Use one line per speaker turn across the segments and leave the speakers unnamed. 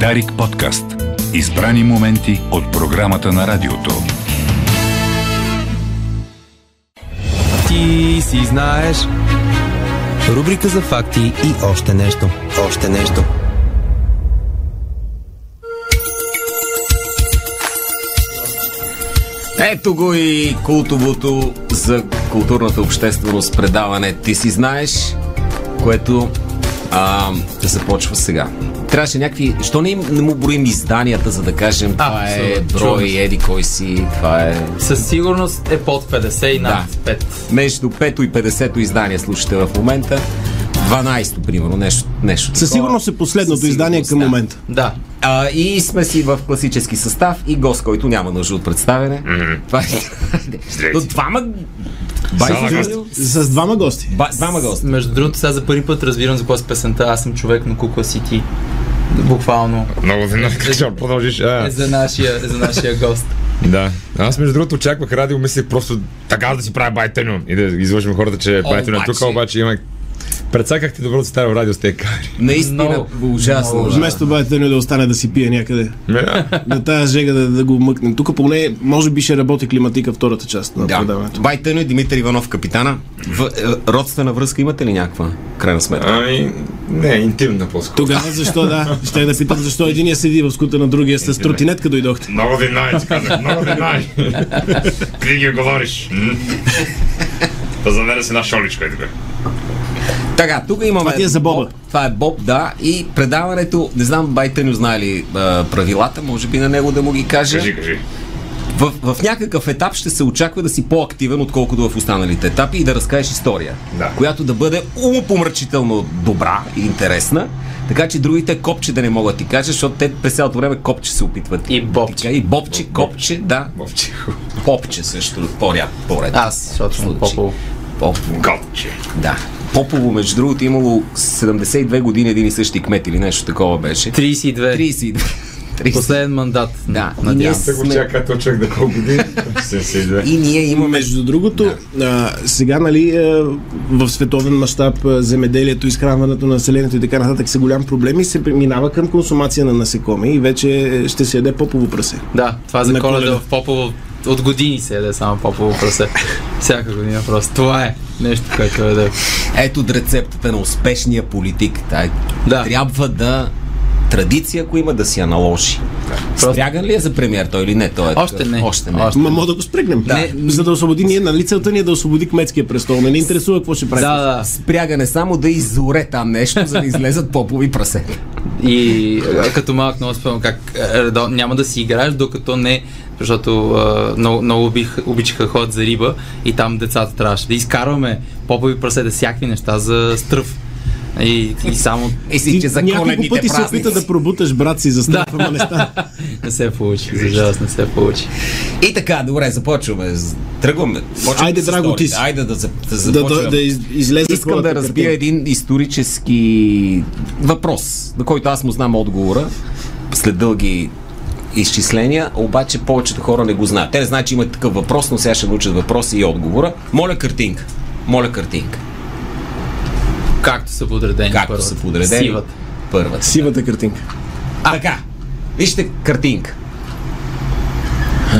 Дарик подкаст. Избрани моменти от програмата на радиото.
Ти си знаеш. Рубрика за факти и още нещо. Още нещо.
Ето го и култовото за културната общественост предаване Ти си знаеш, което а, започва сега. Трябваше някакви... Що не, им, не му броим изданията, за да кажем това е
абсолютно.
брой,
Чуваш.
еди кой си, това е...
Със сигурност е под 50 и над 5.
Между 5 и 50 издание слушате в момента. 12-то, примерно, нещо. нещо
Със
такова.
сигурност е последното
Със
издание
сигурност,
към
да.
момента.
Да.
А, и сме си в класически състав и гост, който няма нужда от представяне. Това е... Но двама... Бай,
С двама гости.
Ба, двама гости.
Между другото, сега за първи път разбирам за какво е песента Аз съм човек, но кукла си ти. Буквално.
Много винаги, ще продължиш. А,
Е за нашия, е за нашия гост.
да. Аз между другото очаквах радио, мислех просто така да си правя байтеню и да излъжим хората, че байтеню е тук,
обаче-
обаче имах Прецакахте добро да старо радио с тези кадри.
Наистина, ужасно.
много
ужасно.
Вместо баята ни да остане да си пие някъде. На тази жега да, да го мъкнем. Тук поне, може би ще работи климатика втората част на
Да.
предаването.
Байтън и Димитър Иванов, капитана. В, е, родствена връзка имате ли някаква? Крайна сметка.
Ами, не, интимна по-скоро.
Тогава защо да? Ще да питам защо единия седи в скута на другия с тротинетка дойдохте.
Много ви най, ти казах, много ви най. Ти ги говориш. М? Та за мен си една шоличка е така.
Така, тук имаме.
Това ти е за Боба.
Това е Боб, да. И предаването, не знам, Байтън знае ли а, правилата, може би на него да му ги каже.
Кажи, кажи.
В, в някакъв етап ще се очаква да си по-активен, отколкото в останалите етапи и да разкажеш история,
Да.
която да бъде умопомрачително добра и интересна, така че другите копче да не могат ти кажат, защото те през цялото време копче се опитват.
И бобче.
Така, И бобче, копче, да.
Бобче.
Попче също, по-ряд, по-ред.
Аз, защото съм по
Попово.
Копче.
Да. Попово, между другото, имало 72 години един и същи кмет или нещо такова беше.
32.
32. 30.
Последен мандат.
Да, и ние,
надявам. се.
Те го
сме,
чакат, очак да колко години. 72.
и ние имаме
Между другото, а, сега, нали, а, в световен мащаб а, земеделието, изхранването на населението и така нататък са голям проблем и се преминава към консумация на насекоми и вече ще се яде попово прасе.
Да, това за
На
коледа
Коледа.
в Попово. От години се яде само Попово прасе. Всяка година просто. Това е нещо, което яде.
Ето от рецептата на успешния политик. Та, да.
Да.
Трябва да традиция, ако има, да си я наложи.
Просто-
Спряган ли е за премьер той или не? Той е
Още
такъв.
не.
Още не.
Още
Ма мога да го спрегнем.
Да.
Не, за да освободи ние, нали целта ни е да освободи кметския престол. Не ни интересува какво ще прави.
Да, да.
Спряган е само да изоре там нещо, за да излезат попови прасе.
И а, като малък много спомням как а, редо, няма да си играеш, докато не, защото а, много, много бих, обичаха ход за риба и там децата трябваше да изкарваме попови прасе, да всякакви неща за стръв. И, и само
И си, че за
няколко
коледните
пъти се
празници.
опита да пробуташ брат си за страх, ама не стана.
не се получи. За жалост не се получи.
И така, добре, започваме. З- Тръгваме. Почваме
Айде,
с
драго,
историите.
ти си.
Айде да, за- да
Да, да,
започваме.
да из, излезе
Искам
твоята
да разбия
картина.
един исторически въпрос, на който аз му знам отговора след дълги изчисления, обаче повечето хора не го знаят. Те не знаят, че имат такъв въпрос, но сега ще научат въпроса и отговора. Моля картинка. Моля картинка.
Както са подредени.
Както
Е, първата.
са подредени.
Сивата.
Първата.
Сивата картинка.
А, така. Вижте картинка.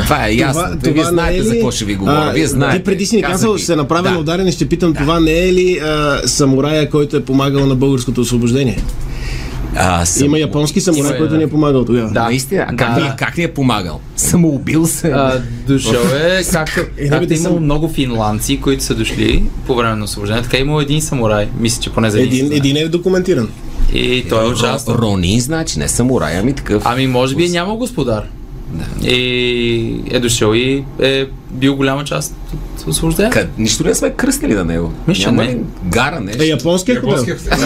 Това е ясно. Това, Вие знаете
не е
за
ли-
какво ще ви говоря.
А,
Вие знаете.
Ти преди си ни е
Казах
казал,
ви.
ще се направя
Да.
на ударен и ще питам това не е ли а, самурая, който е помагал на българското освобождение?
А, съм...
Има японски самурай,
Има,
който
да.
ни е помагал тогава.
Да. Наистина. А Как, да.
Да.
Ни, как ни е помагал? Самоубил се.
А, дошъл е, както,
бе,
както
ти
имало
съм-
много финландци, които са дошли по време на освобождението, така е имало един самурай, мисля, че поне за един.
Един,
се знае.
един е документиран.
И той е участвал.
Ро- Рони, значи, не самурай, ами такъв.
Ами, може би е нямал господар. Да. И е дошъл и е бил голяма част от освобождението.
Къд, нищо ли не сме кръстили на него?
Ми, ще
Няма
не.
ли гара
Е,
нещо?
японския хубав.
Японския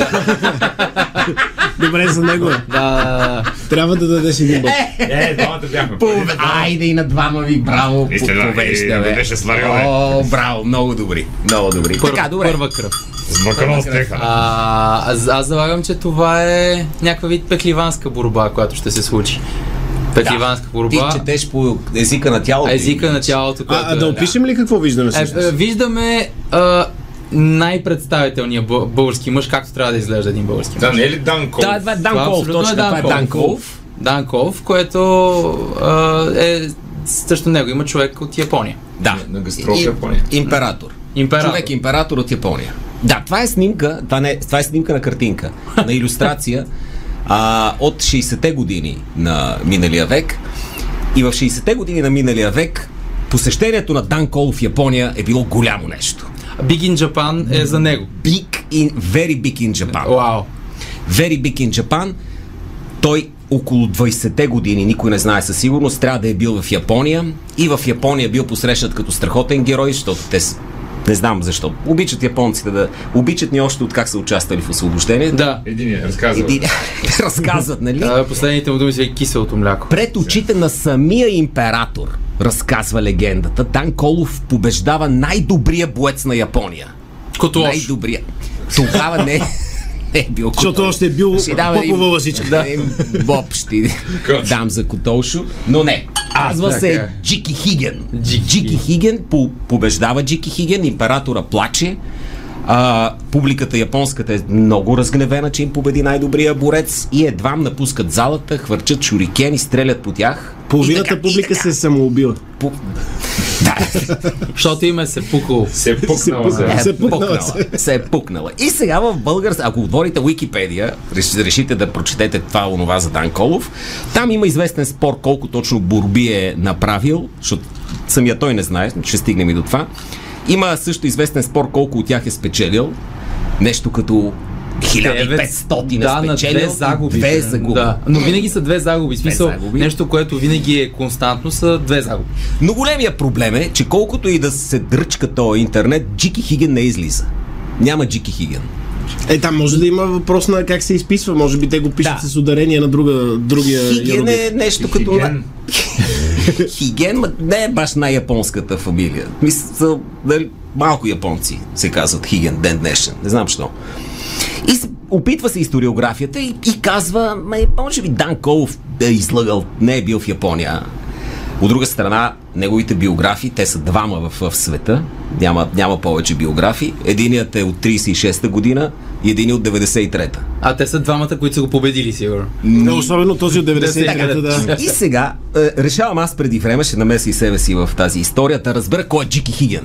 Добре, за него е.
Да,
Трябва да дадеш един бот.
Е, двамата бяхме.
Пове- Айде и на двама ви, браво, по-
Наистина, и
повежда,
да
бе.
беше сварил, е. бе.
О, браво, много добри, много добри.
първа,
така, добре.
първа кръв.
Сбъркано стеха.
А, аз, аз залагам, че това е някаква вид пехливанска борба, която ще се случи. Пехливанска борба,
Ти четеш по езика на тялото.
езика на тялото,
А,
което
а да
е.
опишем ли какво виждаме
Е, е,
всъщност?
виждаме а, най-представителният бъл- български мъж, както трябва да изглежда един български мъж.
Да, не е ли Дан Кол?
Да, това е
Това
Данков,
абсолютно
точно
е
това е
Данков.
Данков.
Данков, което а, е срещу него има човек от Япония.
Да.
На гастрол в
И-
Япония.
Император.
Император.
Човек император от Япония. Да, това е снимка, това, не, това е снимка на картинка, на иллюстрация а, от 60-те години на миналия век. И в 60-те години на миналия век посещението на Дан Кол в Япония е било голямо нещо.
Big in Japan е за него.
Big in, very big in Japan.
Вау.
Very Big in Japan. Той около 20-те години, никой не знае със сигурност, трябва да е бил в Япония. И в Япония е бил посрещнат като страхотен герой, защото те с- не знам защо. Обичат японците да... Обичат ни още от как са участвали в освобождението.
Да.
Един е, разказва.
Един...
е.
разказват, нали?
А, Последните му думи са и киселото мляко.
Пред очите на самия император, разказва легендата, Дан Колов побеждава най-добрия боец на Япония.
Като лош.
Най-добрия. Тогава не, не е бил
Защото
Котолов.
още е бил
Ще дам един-
попова лъжичка.
Да. Им боб ще
Кош.
дам за Котолшо, но не. Казва
така
се
е.
Джики Хиген.
Джики.
Джики Хиген по- побеждава Джики Хиген, императора плаче. А, публиката японската е много разгневена, че им победи най-добрия борец и едва напускат залата, хвърчат шурикени, стрелят по тях.
Половината публика се е самоубила.
По... Да,
Защото им е се пукало.
Се е пукнала.
пукнала.
да.
се е
Се е
пукнала.
пукнала.
се е пукнала. И сега в българска, ако отворите Уикипедия, реш- решите да прочетете това онова за Дан Колов, там има известен спор колко точно борби е направил, защото самия той не знае, ще стигнем и до това. Има също известен спор колко от тях е спечелил. Нещо като 1500
да,
е
на
спечелил.
две загуби.
Две загуби.
Да. Но винаги са две загуби. В Смисъл,
загуби.
нещо, което винаги е константно, са две загуби.
Но големия проблем е, че колкото и да се дръчка този интернет, Джики Хиген не излиза. Няма Джики Хиген.
Е, там може да има въпрос на как се изписва. Може би те го пишат
Да.
с ударение на друга, другия
Хиген
иероглиф.
е нещо като...
Хиген.
Хиген, ма не е баш най-японската фамилия. Мисля, дали, малко японци се казват Хиген ден днешен. Не знам що. И с- опитва се историографията и, и казва, ме, може би Дан Колов е излъгал, не е бил в Япония. От друга страна, неговите биографии, те са двама в, в света, няма, няма повече биографии. Единият е от 36-та година и един е от 93-та.
А те са двамата, които са го победили, сигурно.
Но особено този от 93-та, да.
И сега е, решавам аз преди време, ще намеся и себе си в тази история, да разбера кой е Джики Хиген.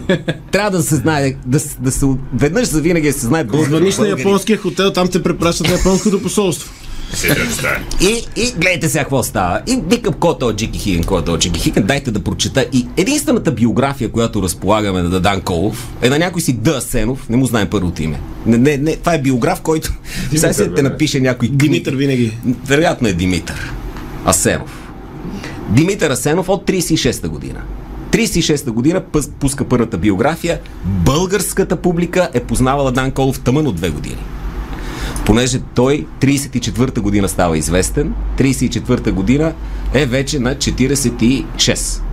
Трябва да се знае, да, с- да се, веднъж за винаги да се знае
Звъниш на
българи.
японския хотел, там те препращат на японското посолство.
Седем стая.
И, и гледайте сега какво става. И викам кой е този Джики Хиген, кой е този Джики Хиген. Дайте да прочета. И единствената биография, която разполагаме на Дан Колов, е на някой си Д. Асенов. Не му знаем първото име. Не, не, не, това е биограф, който сега се те
бе.
напише някой книга.
Димитър винаги.
Вероятно е Димитър Асенов. Димитър Асенов от 36-та година. 36-та година пъс- пуска първата биография. Българската публика е познавала Дан Колов тъмън от две години. Понеже той 34-та година става известен, 34-та година е вече на 46,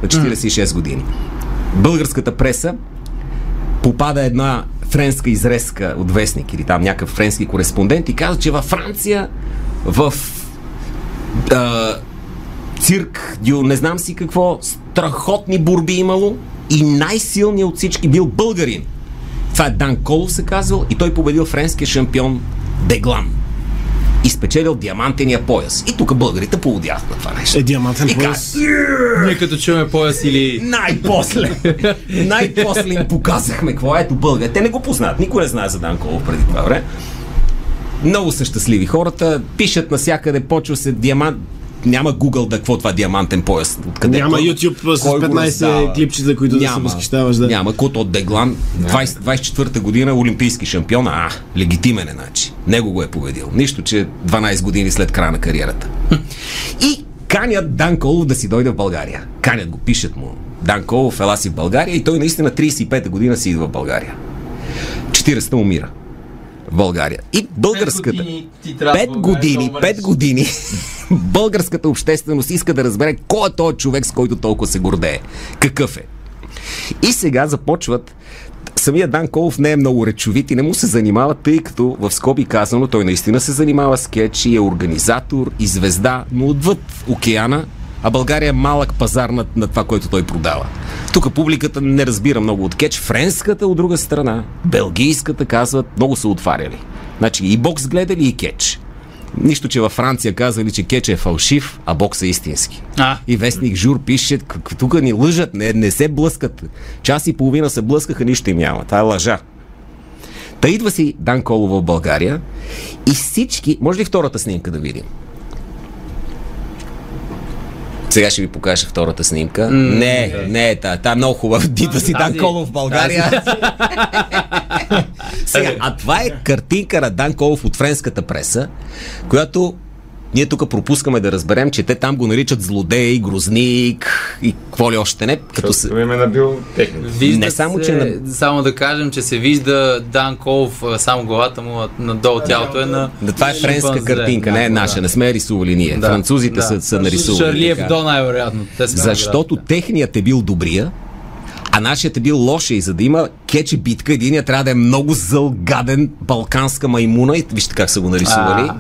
на 46 години. Българската преса попада една френска изрезка от вестник или там някакъв френски кореспондент и казва, че във Франция в а, цирк, дю, не знам си какво, страхотни борби имало и най-силният от всички бил българин. Това е Дан Колов се казвал и той победил френския шампион Деглан. И спечелил диамантения пояс. И тук българите поудяват на това нещо.
Е, диамантен
И
пояс.
казват,
Ние като чуваме пояс или...
най-после, най-после им показахме какво е ето българ. Те не го познават. Никой не знае за Дан Колов преди това време. Много са щастливи хората. Пишат насякъде, почва се диамант. Няма Google да какво това диамантен пояс. Откъде
Няма
кой-
YouTube с
кой го
15
раздава?
клипчета, които да се възхищаваш. Да.
Няма. Кут от Деглан, 20, 24-та година, олимпийски шампион. А, легитимен е, значи. Него го е победил. Нищо, че 12 години след края на кариерата. И канят Дан Колов да си дойде в България. Канят го, пишат му. Дан Колов, ела си в България и той наистина 35-та година си идва в България. 40-та умира в България. И българската...
години ти трябва в
Пет
България да
години,
умреш.
пет години българската общественост иска да разбере кой е този човек, с който толкова се гордее. Какъв е? И сега започват. Самия Дан Колов не е много речовит и не му се занимава, тъй като, в скоби казано, той наистина се занимава с кетчи, е организатор и звезда, но отвъд океана, а България е малък пазар на, на това, което той продава. Тук публиката не разбира много от кетч. Френската от друга страна, белгийската казват, много са отваряли. Значи и бокс гледали и кетч. Нищо, че във Франция казали, че кече е фалшив, а бокс е истински.
А.
И вестник Жур пише, «К- тук ни лъжат, не, не се блъскат. Час и половина се блъскаха, нищо им няма. Това е лъжа. Та идва си Дан Колова в България и всички... Може ли втората снимка да видим? Сега ще ви покажа втората снимка. не, не е та. Та е много хубава. Идва си Дан
Тази-
Колов в България. Сега, а това е картинка на Дан Колов от френската преса, която ние тук пропускаме да разберем, че те там го наричат злодей, грозник и какво ли още не. Като се...
Ме е набил техника.
Вижда
Не само,
се,
че на-
Само да кажем, че се вижда Дан Колов, а, само главата му, а надолу тялото е на...
Да, това е френска
шимпанзе.
картинка, не е
Да,
наша,
да.
не сме я рисували ние.
Да,
Французите
да.
са, са нарисували.
Шарли
така.
Ебдо най-вероятно. Те са
Защото техният е бил добрия, а нашият е бил лошия. И за да има кече битка, единият трябва да е много зъл, гаден, балканска маймуна. И вижте как са го нарисували.
А.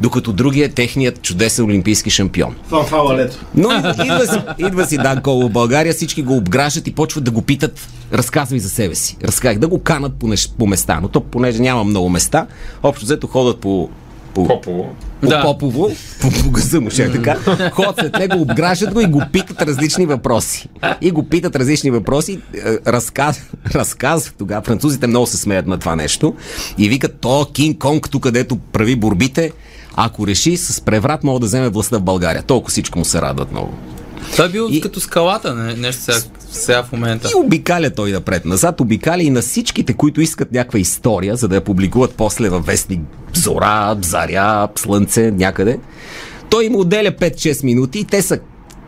Докато другият е техният чудесен олимпийски шампион.
Фанфала лето.
Но идва, идва си, идва си Дан Коло в България, всички го обграждат и почват да го питат, разказвай за себе си. Разказах, да го канат по, неш, по места, но то понеже няма много места, общо взето ходят по, по
Попово.
по да.
Да.
Попово, по, по газа му ще е така, ходят след него, обграждат го и го питат различни въпроси. И го питат различни въпроси, е, разказ, разказ тогава. Французите много се смеят на това нещо и викат, то Кинг Конг, тук където прави борбите, ако реши, с преврат мога да вземе властта в България. Толкова всичко му се радват много.
Това е бил
И-
и... като скалата, не, нещо сега, сега в момента.
И обикаля той напред-назад, обикаля и на всичките, които искат някаква история, за да я публикуват после във вестник Зора, Заря, Слънце, някъде. Той им отделя 5-6 минути и те са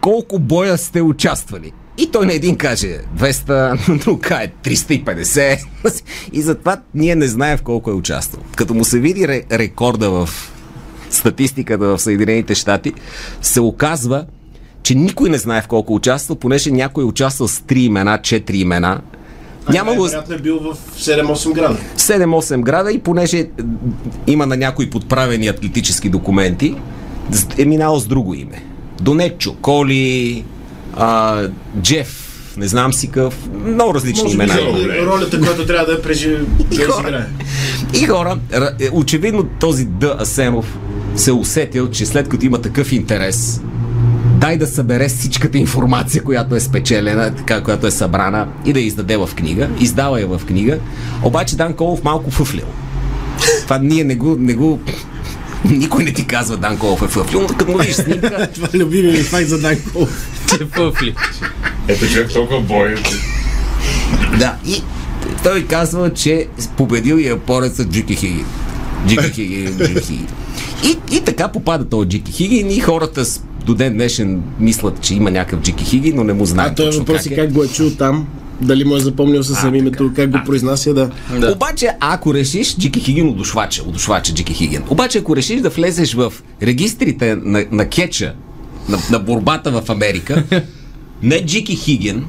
колко боя сте участвали. И той на един каже 200, на друга е 350. И затова ние не знаем в колко е участвал. Като му се види ре- рекорда в статистиката в Съединените щати, се оказва, че никой не знае в колко участва, понеже някой е участвал с 3 имена, 4 имена. Няма го
Вероятно е бил в 7-8 града.
7-8 града и понеже е, има на някои подправени атлетически документи, с- е минало с друго име. Донечо, Коли, а, Джеф, не знам си какъв, много различни
Може би
имена. има.
заради ролята, която трябва да е я преживе. Да изиграе.
И хора, ра- е, очевидно този Д. Асенов се е усетил, че след като има такъв интерес, дай да събере всичката информация, която е спечелена, така, която е събрана и да я издаде в книга. Издава я в книга. Обаче Дан Колов малко фъфлил. Това ние не го, не го... Никой не ти казва Дан Колов е фъфлил, но като му видиш снимка,
Това е любимият ми факт за Данко.
Те пъфли.
Ето човек толкова бой.
да, и той казва, че победил е японецът Джики Хиги.
Е.
Джики Хиги, Джики Хиги. И, и така попада този Джики Хигин и хората с, до ден днешен мислят, че има някакъв Джики Хиги, но не му знаят
А той
точно
въпрос е как го е чул там. Дали му е запомнил със самим името, как го произнася, да.
Да. Обаче, ако решиш, Джики Хигин удушвача, удушвача Джики Хигин. Обаче, ако решиш да влезеш в регистрите на, на кеча, на, на борбата в Америка, не Джики Хигин,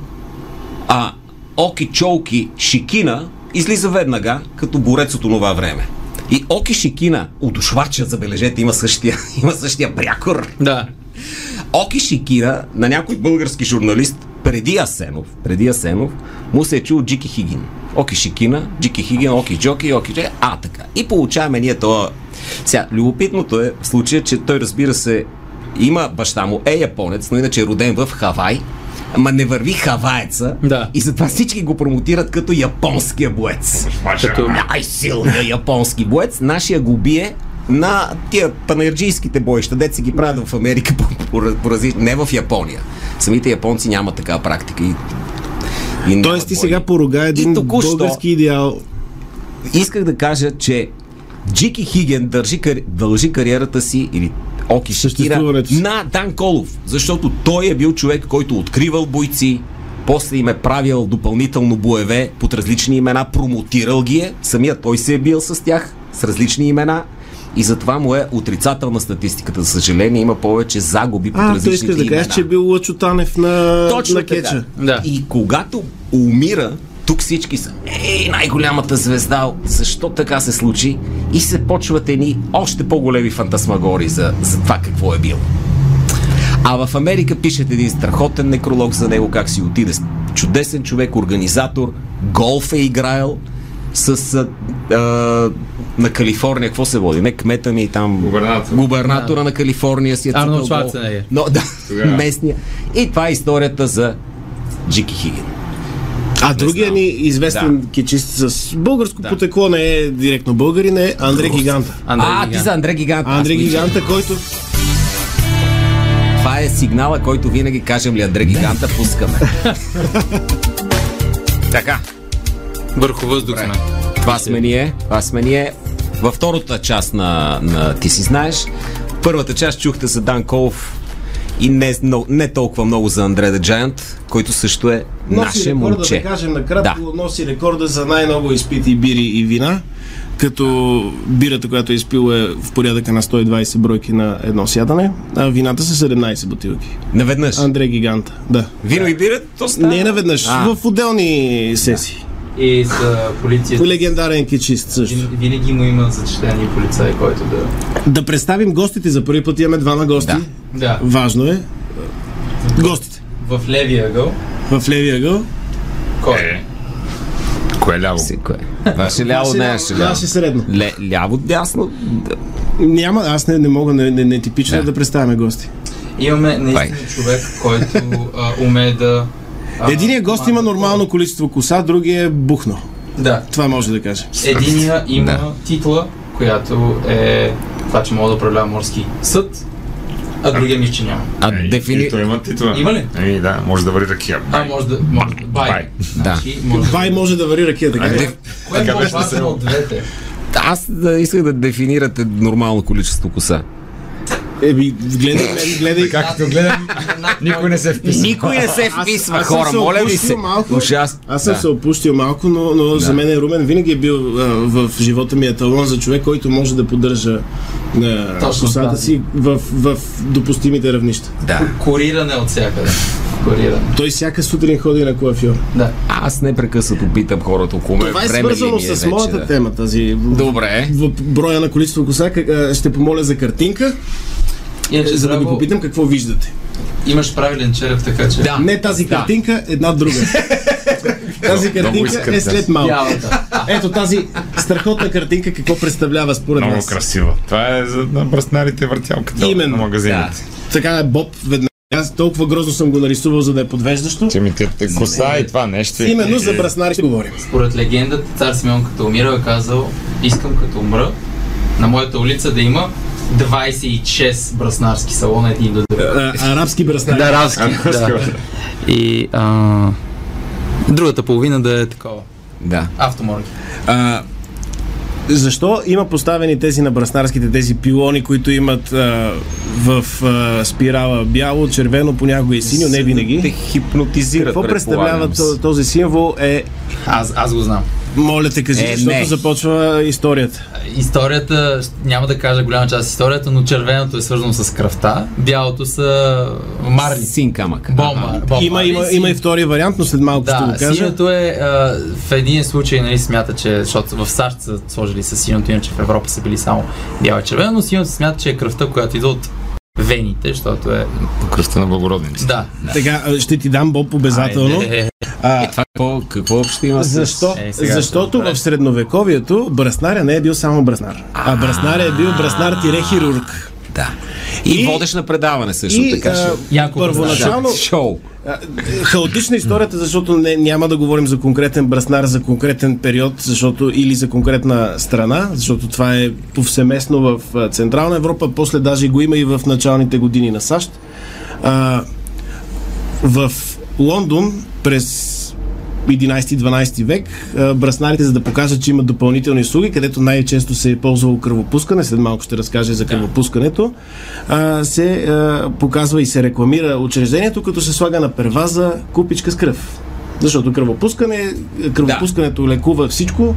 а Оки Чолки Шикина излиза веднага като борец от онова време. И Оки Шикина, удушвача, забележете, има същия, има същия прякор.
Да.
Оки Шикина на някой български журналист преди Асенов, преди Асенов, му се е чул Джики Хигин. Оки Шикина, Джики Хигин, Оки Джоки, Оки Джоки, а така. И получаваме ние това. Сега, любопитното е в случая, че той разбира се има баща му, е японец, но иначе е роден в Хавай, ама не върви хаваеца
Да.
и затова всички го промотират като японския боец.
Мача.
Най-силният японски боец, нашия го бие на тия панерджийските боища, дет си ги правят в Америка, по, по, по, рази- не в Япония. Самите японци нямат такава практика. И, и нямат
Тоест ти
бой.
сега порога е един
е? И току-що.
български идеал.
Исках да кажа, че Джики Хиген държи, кари- дължи кариерата си или Оки Шакира
Съществуването си.
на Дан Колов, защото той е бил човек, който откривал бойци, после им е правил допълнително боеве под различни имена, промотирал ги е, самият той се е бил с тях, с различни имена и затова му е отрицателна статистиката. За съжаление има повече загуби под
А, той
различните
искаш да
имена.
кажеш, че е бил Лъчо Танев на,
Точно
на кеча.
Така.
Да.
И когато умира, тук всички са Ей, най-голямата звезда, защо така се случи? И се почват едни още по-големи фантасмагори за, за това какво е бил. А в Америка пишат един страхотен некролог за него, как си отиде. Чудесен човек, организатор, голф е играел, с а, а, на Калифорния, какво се води? Не кмета ми е там.
Губернатор.
Губернатора на Калифорния си е
Арнолд
цъкал гол.
Шварценегер.
Но, да,
Тогава.
местния. И това е историята за Джики Хигин.
А другия
знам.
ни известен да. кичист с българско да. потекло не е директно българин, е Андре Гиганта.
Андрей
а,
Гигант.
ти за Андре Гигант. Аз
Андре
мисля,
Гиганта, който...
Това е сигнала, който винаги кажем ли Андре Гиганта, пускаме. така,
Върху въздуха.
Добре. Това сме ние. Това сме ние. Във втората част на, на Ти си знаеш. В Първата част чухте за Дан Колов и не, но, не толкова много за Андре да Джайант, който също е
Носи
наше
рекорда,
момче.
да кажем накратко, да. носи рекорда за най-много изпити бири и вина, като бирата, която е изпил е в порядъка на 120 бройки на едно сядане, а вината са 17 бутилки.
Наведнъж.
Андре Гиганта, да.
Вино и бира, то става.
Не е наведнъж,
А.
в отделни сесии. е
И с а, полицията.
Легендарен кичист също.
Вин- Винаги му има зачитани полицай, който да...
Да представим гостите, за първи път имаме двама гости.
Да.
Да,
Важно е. Гостите.
в левия ъгъл.
В левия гъл.
Кой?
Е, кое е ляво?
Си, кое? Ваше Значи
Значи
ляво, не е, ще ляво.
Наше средно.
Ле, ляво, дясно. да.
Няма, аз не, не мога, не, не, не типично е да. да представяме гости.
Имаме наистина
Бай.
човек, който а, умее да... а,
Единият гост има нормално количество коса, другия е бухно.
Да.
Това може да кажем.
Единия има
Да.
титла, която е това, че мога да управлява морски съд, а другия ми, че няма.
А
Е,
дефини...
И той има титла.
Има ли?
Еми, да, може да вари ракия.
А, може да... Може да... Бай.
Бай.
Значи, може да...
Бай може да вари ракия, така.
Деф...
Кое е
Така беше
по-важно
весело.
от двете?
Аз да исках да дефинирате нормално количество коса.
Еби, Е, гледай, гледай, гледай.
Както гледам, никой не се вписва.
Никой не се вписва,
аз съм
хора,
се
моля ви
опустил
се.
малко.
Ужас.
Аз съм
Да.
се опустил малко, но, но за мен Румен винаги е бил а, в живота ми еталон за човек, който може да поддържа а,
Точно
косата
така.
си в, в допустимите равнища.
Да.
Кориране от всякъде. Кориране.
Той всяка сутрин ходи на коафьор.
Да.
Аз непрекъснато питам хората около мен.
Това е
време ли
свързано
ми е
с
вече,
моята
да?
тема, тази
Добре.
в броя на количество коса. как- а, Ще помоля за картинка,
Иначе,
за да ви
Драго,
попитам какво виждате.
имаш правилен череп, така че...
Да.
Не тази картинка, е една друга. тази картинка
искам
е
тази.
след малко.
Явата.
Ето тази страхотна картинка, какво представлява
Е,
според
Много
нас.
красива. Това е за на бръснарите въртялката
Именно.
на магазините.
Така е Боб веднага. Аз толкова грозно съм го нарисувал, за да е подвеждащо.
Че ми те те коса и това нещо.
Именно за
И-
браснари ще говорим.
Е,
Според легендата, цар Симеон като умирал е казал, искам като умра на моята улица да има 26 браснарски салона, един до друг.
А, арабски браснари.
Да,
Ами,
разки.
Да.
И а, другата половина да е такова.
Да.
Автоморги.
А, защо има поставени тези на браснарските, тези пилони, които имат а, в а, спирала бяло, червено, понякога и синьо, не
Те
винаги?
хипнотизират.
Какво представлява
предполагам си.
то- този символ е,
Аз, аз го знам.
моля те кажи,
Е,
защото
не.
започва историята.
Историята, няма да кажа голяма част от историята, но червеното е свързано с кръвта, бялото са марни.
Син камък.
Бомба. бомба.
Има, има, има и втори вариант, но след малко ще
Да,
го кажа.
синьото е а, в един случай, нали, смята, че, защото в САЩ са сложили с синьото, иначе в Европа са били само бяло и червено, но синьото се смята, че е кръвта, която идва от вените, защото е...
По кръста на благородниците.
Да. Е,
Така, а, ще ти дам Боб обязателно.
Айде.
А,
Това какво, какво общо има с-
Защо?
Е, сега
Защото
ще го
в средновековието браснаря не е бил само браснар, а браснаря е бил браснар тире хирург.
Да. И,
И-
водеш на предаване също
И
така. ще-
а,
Яко
първоначално
Да, шоу.
а, хаотична историята, защото не, няма да говорим за конкретен браснар, за конкретен период, защото или за конкретна страна, защото това е повсеместно в а, Централна Европа, после даже го има и в началните години на САЩ. А, в Лондон през 11-12 век а, браснарите, за да покажат, че имат допълнителни услуги, където най-често се е ползвало кръвопускане, след малко ще разкажа за кръвопускането, а, се а, показва и се рекламира учреждението, като се слага на перваза купичка с кръв. Защото кръвопускане, кръвопускането лекува всичко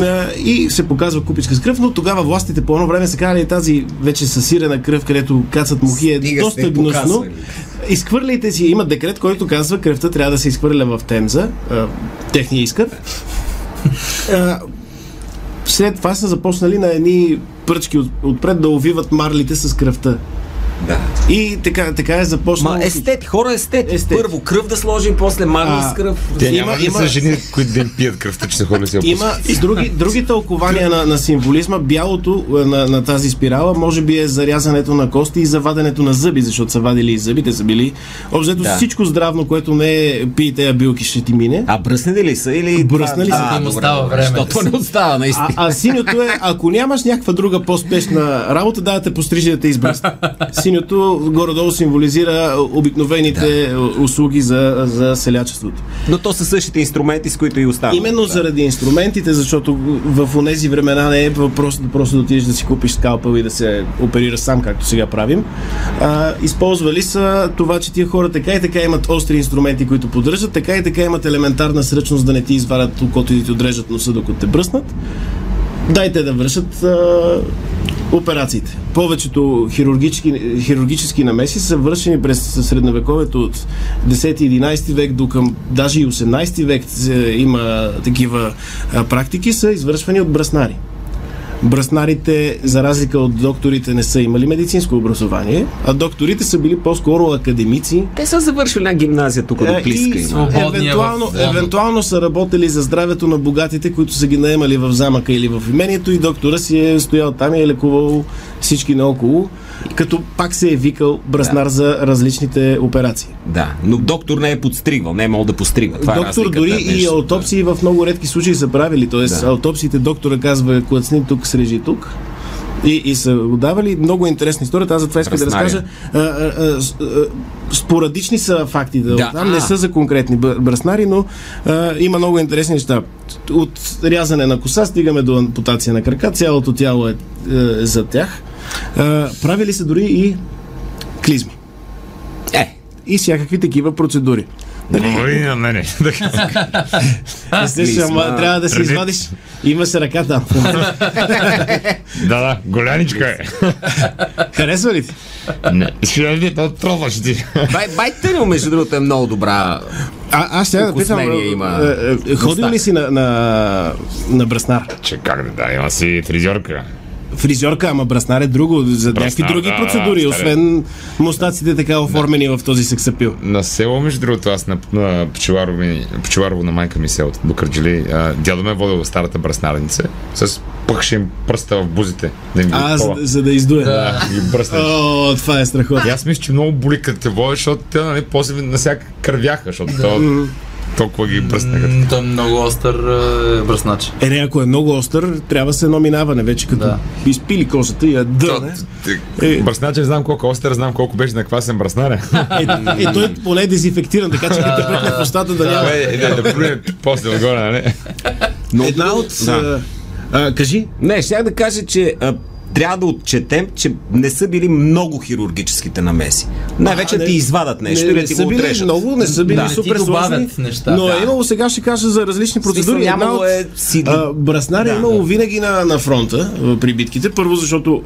а, и се показва купичка с кръв, но тогава властите по едно време са карали тази вече съсирена кръв, където кацат мухи, е
Стига сте
доста
я
гнусно.
показвали.
Изхвърляйте си, има декрет, който казва кръвта трябва да се изхвърля в Темза, а, техния искат. А, след това са започнали на едни пръчки от, отпред да увиват марлите с кръвта.
Да.
И така, така е започнало.
Ма естет, хора естет.
Естет.
Първо кръв да сложим, после магни с кръв.
Те
Има-
няма ли
има-
са жени, които да им пият кръвта, че са хора не си я
Има и други, други тълкования на, на символизма. Бялото е, на, на тази спирала може би е зарязането на кости и заваденето на зъби, защото са вадили и зъбите са били. Обзето
Да.
да. всичко здравно, което не е пиете, а билки ще ти мине.
А бръснали ли са или...
Бръснали са.
А,
Им
добре,
остава
добре,
време
Защото
да
не остава, наистина.
А, а синьото е, ако нямаш някаква друга по-спешна работа, да да те пострижи да те избръсне. Синьото горе-долу символизира обикновените да. услуги за, за селячеството.
Но то са същите инструменти, с които и останали.
Именно заради инструментите, защото в онези времена не е въпрос да просто да отидеш да си купиш скалпел и да се оперира сам, както сега правим. А, използвали са това, че тия хора така и така имат остри инструменти, които поддържат, така и така имат елементарна сръчност да не ти извадят окото и да ти отрежат носа, докато те бръснат. Дайте да вършат а, операциите. Повечето хирургически, хирургически намеси са вършени през средновековието от 10-11 век до към даже и 18 век е, има такива а, практики, са извършвани от бръснари. Бръснарите, за разлика от докторите, не са имали медицинско образование, а докторите са били по-скоро академици,
Те са завършили една гимназия тук до
е,
Плиска.
и
има.
свободния
евентуално,
в замък.
евентуално са работили за здравето на богатите, които са ги наемали в замъка или в имението и доктора си е стоял там и е лекувал всички наоколо, като пак се е викал браснар за различните операции.
Да, но доктор не е подстригвал, не е могъл да постригва. Това е
Доктор
разликата,
дори и
нещо.
аутопсии в много редки случаи са правили, т.е. Да. аутопсиите доктора казва клацни тук, срежи тук. И, и са го давали. Много интересна история. Аз затова искам да
Краснаря.
разкажа. А, а, а, с- а, спорадични са фактите. Да.
Да,
Там
а.
не са за конкретни бъ- бръснари, но а, има много интересни неща. От рязане на коса стигаме до ампутация на крака. Цялото тяло е, е за тях. А, правили са дори и клизми.
Е,
И всякакви такива процедури.
Говори на мене.
Естествено,
клизма.
ама трябва да си
Предвид-
извадиш. Има се ръка там.
да, да, голяничка е.
Харесва ли ти?
Не. Сега ви то троваш ти.
бай, бай Тънил, между другото, е много добра.
А, аз сега да
Колко
питам,
смелия има
е, е, ходил ли си на, на, на браснар?
Че как да, да, има си фризьорка.
Фризьорка, ама браснар е друго, за някакви
Браснар,
други
да,
процедури,
да,
освен мустаците така оформени в този сексапил.
На село, между другото, аз на, на пчеларово, ми- пчеларово на майка ми селото, Букърджили, а, дядо ме е водил в старата браснарница с пъхше им пръста в бузите. Да им ги
А, за,
отпъва.
за да издуе.
Да, ги бръсна.
О, това е страхотно.
И аз мисля, че много боли като те водят, защото те, нали, после на всяка кървяха, защото то, толкова ги бръснаха.
М, Той е много остър е, бръснач.
Е, не, ако е много остър, трябва се едно минаване вече, като
Да.
изпили кожата и я дъне. Е.
Бръсначе не знам колко е остър, знам колко беше на квасен браснаря.
Е, е, той поне е дезинфектиран, така че като пъкне в устата да няма.
Е, е, да, да плюне после отгоре, нали?
Но...
Една от... а, а, кажи,
Не, щях да кажа, че а, трябва да отчетем, че не са били много хирургическите намеси. Най-вече
А,
да
не.
ти извадат нещо
не,
или
не
да ти
са
го
били
отрежат.
много, не са били
Да.
супер
Ти добавят
сложни,
неща,
но е
да.
имало, сега ще кажа за различни
Смисъл,
процедури. Една
нямало
от
е си...
а, Браснар е имало винаги на, на фронта а, при битките. Първо, защото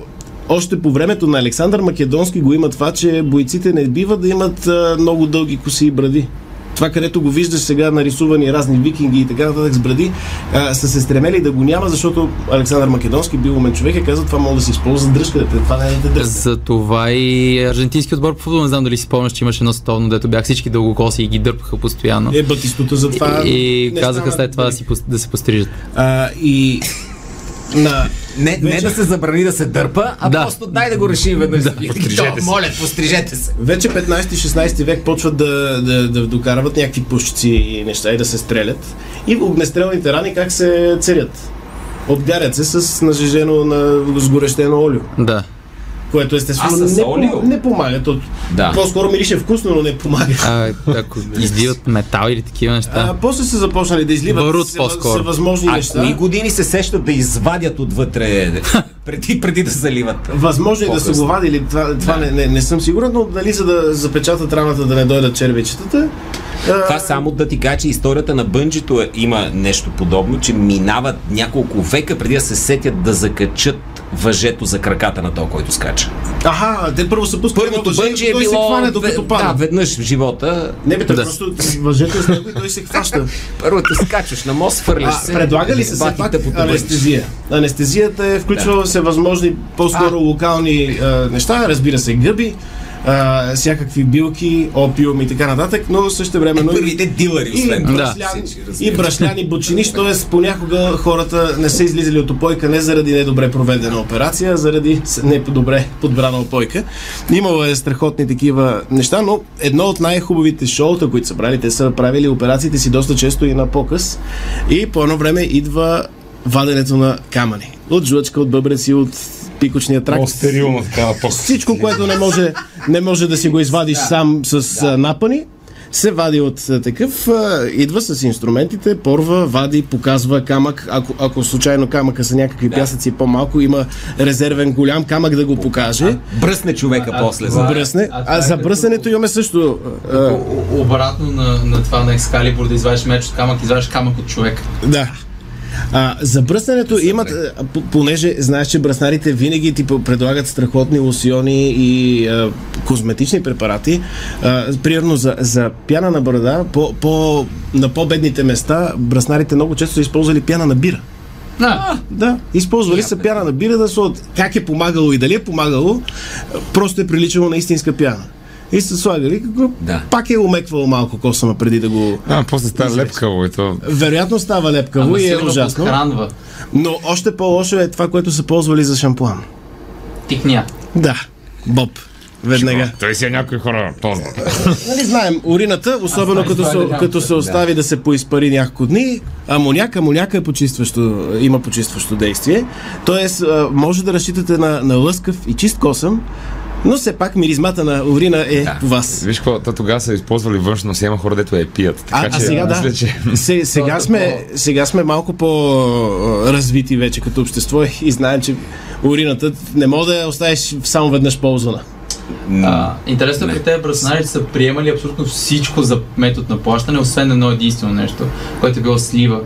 още по времето на Александър Македонски го има това, че бойците не бива да имат а, много дълги коси и бради. Това, където го виждаш сега нарисувани разни викинги и така нататък с бради, а, са се стремели да го няма, защото Александър Македонски бил умен човек и каза, това може да се използва за дръжката, това не е да те дръжка.
За това и аржентински отбор по футбол, не знам дали си спомняш, че имаше едно световно, дето бях всички дългокоси и ги дърпаха постоянно.
Е, батистота за това.
и
не
казаха
става
след това да,
дори.
си, пос- да се пострижат.
А, и на
Не, не
вече-
да се забрани да се дърпа, а
Да.
просто дай да го решим веднъж. Да,
пострижете се.
Моля, пострижете се.
Вече 15-16 век почват да, да, да докарват някакви пушци и неща и да се стрелят. И огнестрелните рани как се целят? Отгарят се с нажежено, на, сгорещено олио,
Да.
което естествено
А, с
не, пом-
олио?
не помага. То,
Да.
По-скоро мирише вкусно, но не помага.
А, ако издиват метал или такива
А,
неща.
после са започнали да изливат
Барут
всева-
по-скоро.
всевъзможни
А
неща.
кои години се сещат да извадят отвътре, преди, преди да заливат?
Възможно е да са
По-късно.
го вадили, това, това не, не, не съм сигурен, но нали за да запечатат раната да не дойдат червичетата. а,
Това само да ти кажа, че историята на бънджито е, има нещо подобно, че минават няколко века преди да се сетят да закачат въжето за краката на то, който скача.
Аха, те първо са пускали
Първото
въже и
бънджи е
той се
било...
хване,
ве-
докато
Да,
пада.
веднъж в живота.
Не бе, той
Да.
просто въжете с него и той се хваща.
Първото скачаш на мост, фърлиш
А,
Е, се.
предлага ли се все пак
баките по добре?
анестезия? Анестезията е включвала да. се възможни по-скоро локални а, неща, разбира се, гъби, а, всякакви билки, опиум и така нататък, но също времено...
Първите дилъри,
и
освен това.
брашляни,
Всички,
и
разбира се.
брашляни бочиниш, т.е. понякога хората не са излизали от опойка не заради недобре проведена операция, а заради с- недобре подбрана опойка. Имало е страхотни такива неща, но едно от най-хубавите шоута, които са правили, те са правили операциите си доста често и на показ. И по едно време идва ваденето на камъни. От жлъчка, от бъбреци, от пикочния тракт.
Много стерилна такава пок.
Всичко, което не може, не може да си го извадиш сам с а, напани, се вади от а, такъв, а, идва с инструментите, порва, вади, показва камък. Ако, ако случайно камъка са някакви пясъци по-малко, има резервен голям камък да го покаже.
Бръсне човека после. за-
Забръсне.
а,
А
а,
за
а,
бръсането имаме също. а,
О- о- Обратно на, на това на Екскалибур да извадиш меч от камък, извадиш камък от човек.
Да. А, за бръснането имат, а, п- понеже знаеш, че бръснарите винаги ти п- предлагат страхотни лосиони и а, козметични препарати, а, примерно за, за пяна на брада, по, по, на по-бедните места бръснарите много често са използвали пяна на бира.
Да.
Да, използвали са пяна на бира да слагат. Как е помагало и дали е помагало, а, просто е приличало на истинска пяна. И са слагали, какво-
Да.
пак е омеквало малко косъма преди да го...
А, после става лепкаво и то...
Вероятно става лепкаво
Ама
и е
сигурно
ужасно.
подхранва.
Но още по-лошо е това, което са ползвали за шампуан.
Тикня.
Да, Боб. Веднага.
Той си е някои хора ползват.
Нали знаем, урината, особено като
е
се, като се остави да се поизпари няколко дни, амоняк, амоняк е почистващо, има почистващо действие. Тоест, а, може да разчитате на, на лъскав и чист косъм, но все пак миризмата на урина е да. вас.
Виж какво, то тогава са използвали външно, си има хора, дето я пият. Така
А,
че,
а сега да.
мисля, че...
Се, сега, сме, сега сме малко по-развити вече като общество и знаем, че урината не може да я оставиш само веднъж ползвана.
А, интересно, е при те браснарите са приемали абсолютно всичко за метод на плащане, освен едно единствено нещо, което е било слива.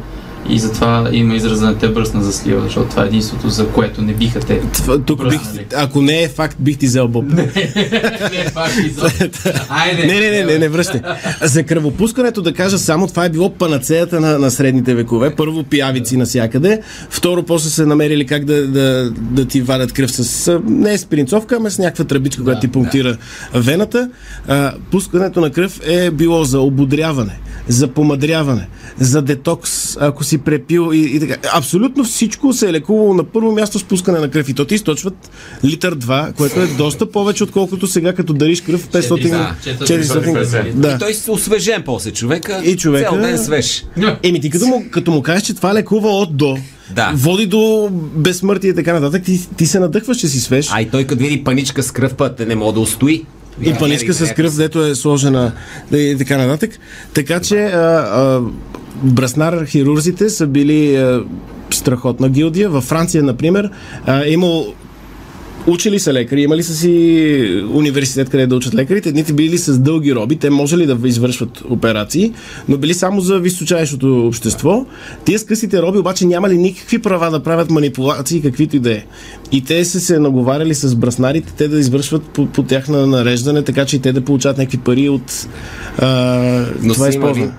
И затова има израза на те бръсна за слива, защото това е единството, за което не биха те.
Тв- Тук бих,
нали?
Бръснали.
ако не е факт, бих ти взел боб. Не,
Не, пак и за... Айде!
не, не, не, не връщай. За кръвопускането да кажа само, това е било панацеята на, на средните векове. Първо пиявици насякъде, второ после се намерили как да, да, да ти вадят кръв с, а, не с принцовка, ама с някаква тръбичка, която ти пунктира вената. А, пускането на кръв е било за ободряване, за помадряване, за детокс, ако си препил и, и така. Абсолютно всичко се е лекувало на първо място с пускане на кръв и то ти източват литър 2, което е доста повече, отколкото сега като дариш кръв 500... 400.
450.
Да.
И той се освежен после човека.
И човека- е-
Цял ден свеж.
Еми, ти като му, като му кажеш, че това лекува от до,
Да.
води до безсмъртие и така нататък, ти, ти се надъхваш, че си свеж.
А и той като види паничка с кръв път, не мога да устои.
И паничка с кръв, дето е сложена да и така нататък. Така че а, а, браснар хирурзите са били а, страхотна гилдия. Във Франция, например, а, е имал Учили са лекари, имали са си университет, къде да учат лекарите. Едните били с дълги роби, те можели да извършват операции, но били само за височайшото общество. Тия с късите роби обаче нямали никакви права да правят манипулации, каквито и да е. И те са се наговаряли с браснарите, те да извършват по, по тяхна нареждане, така че и те да получат някакви пари от а,
Но
това
са имали
използване.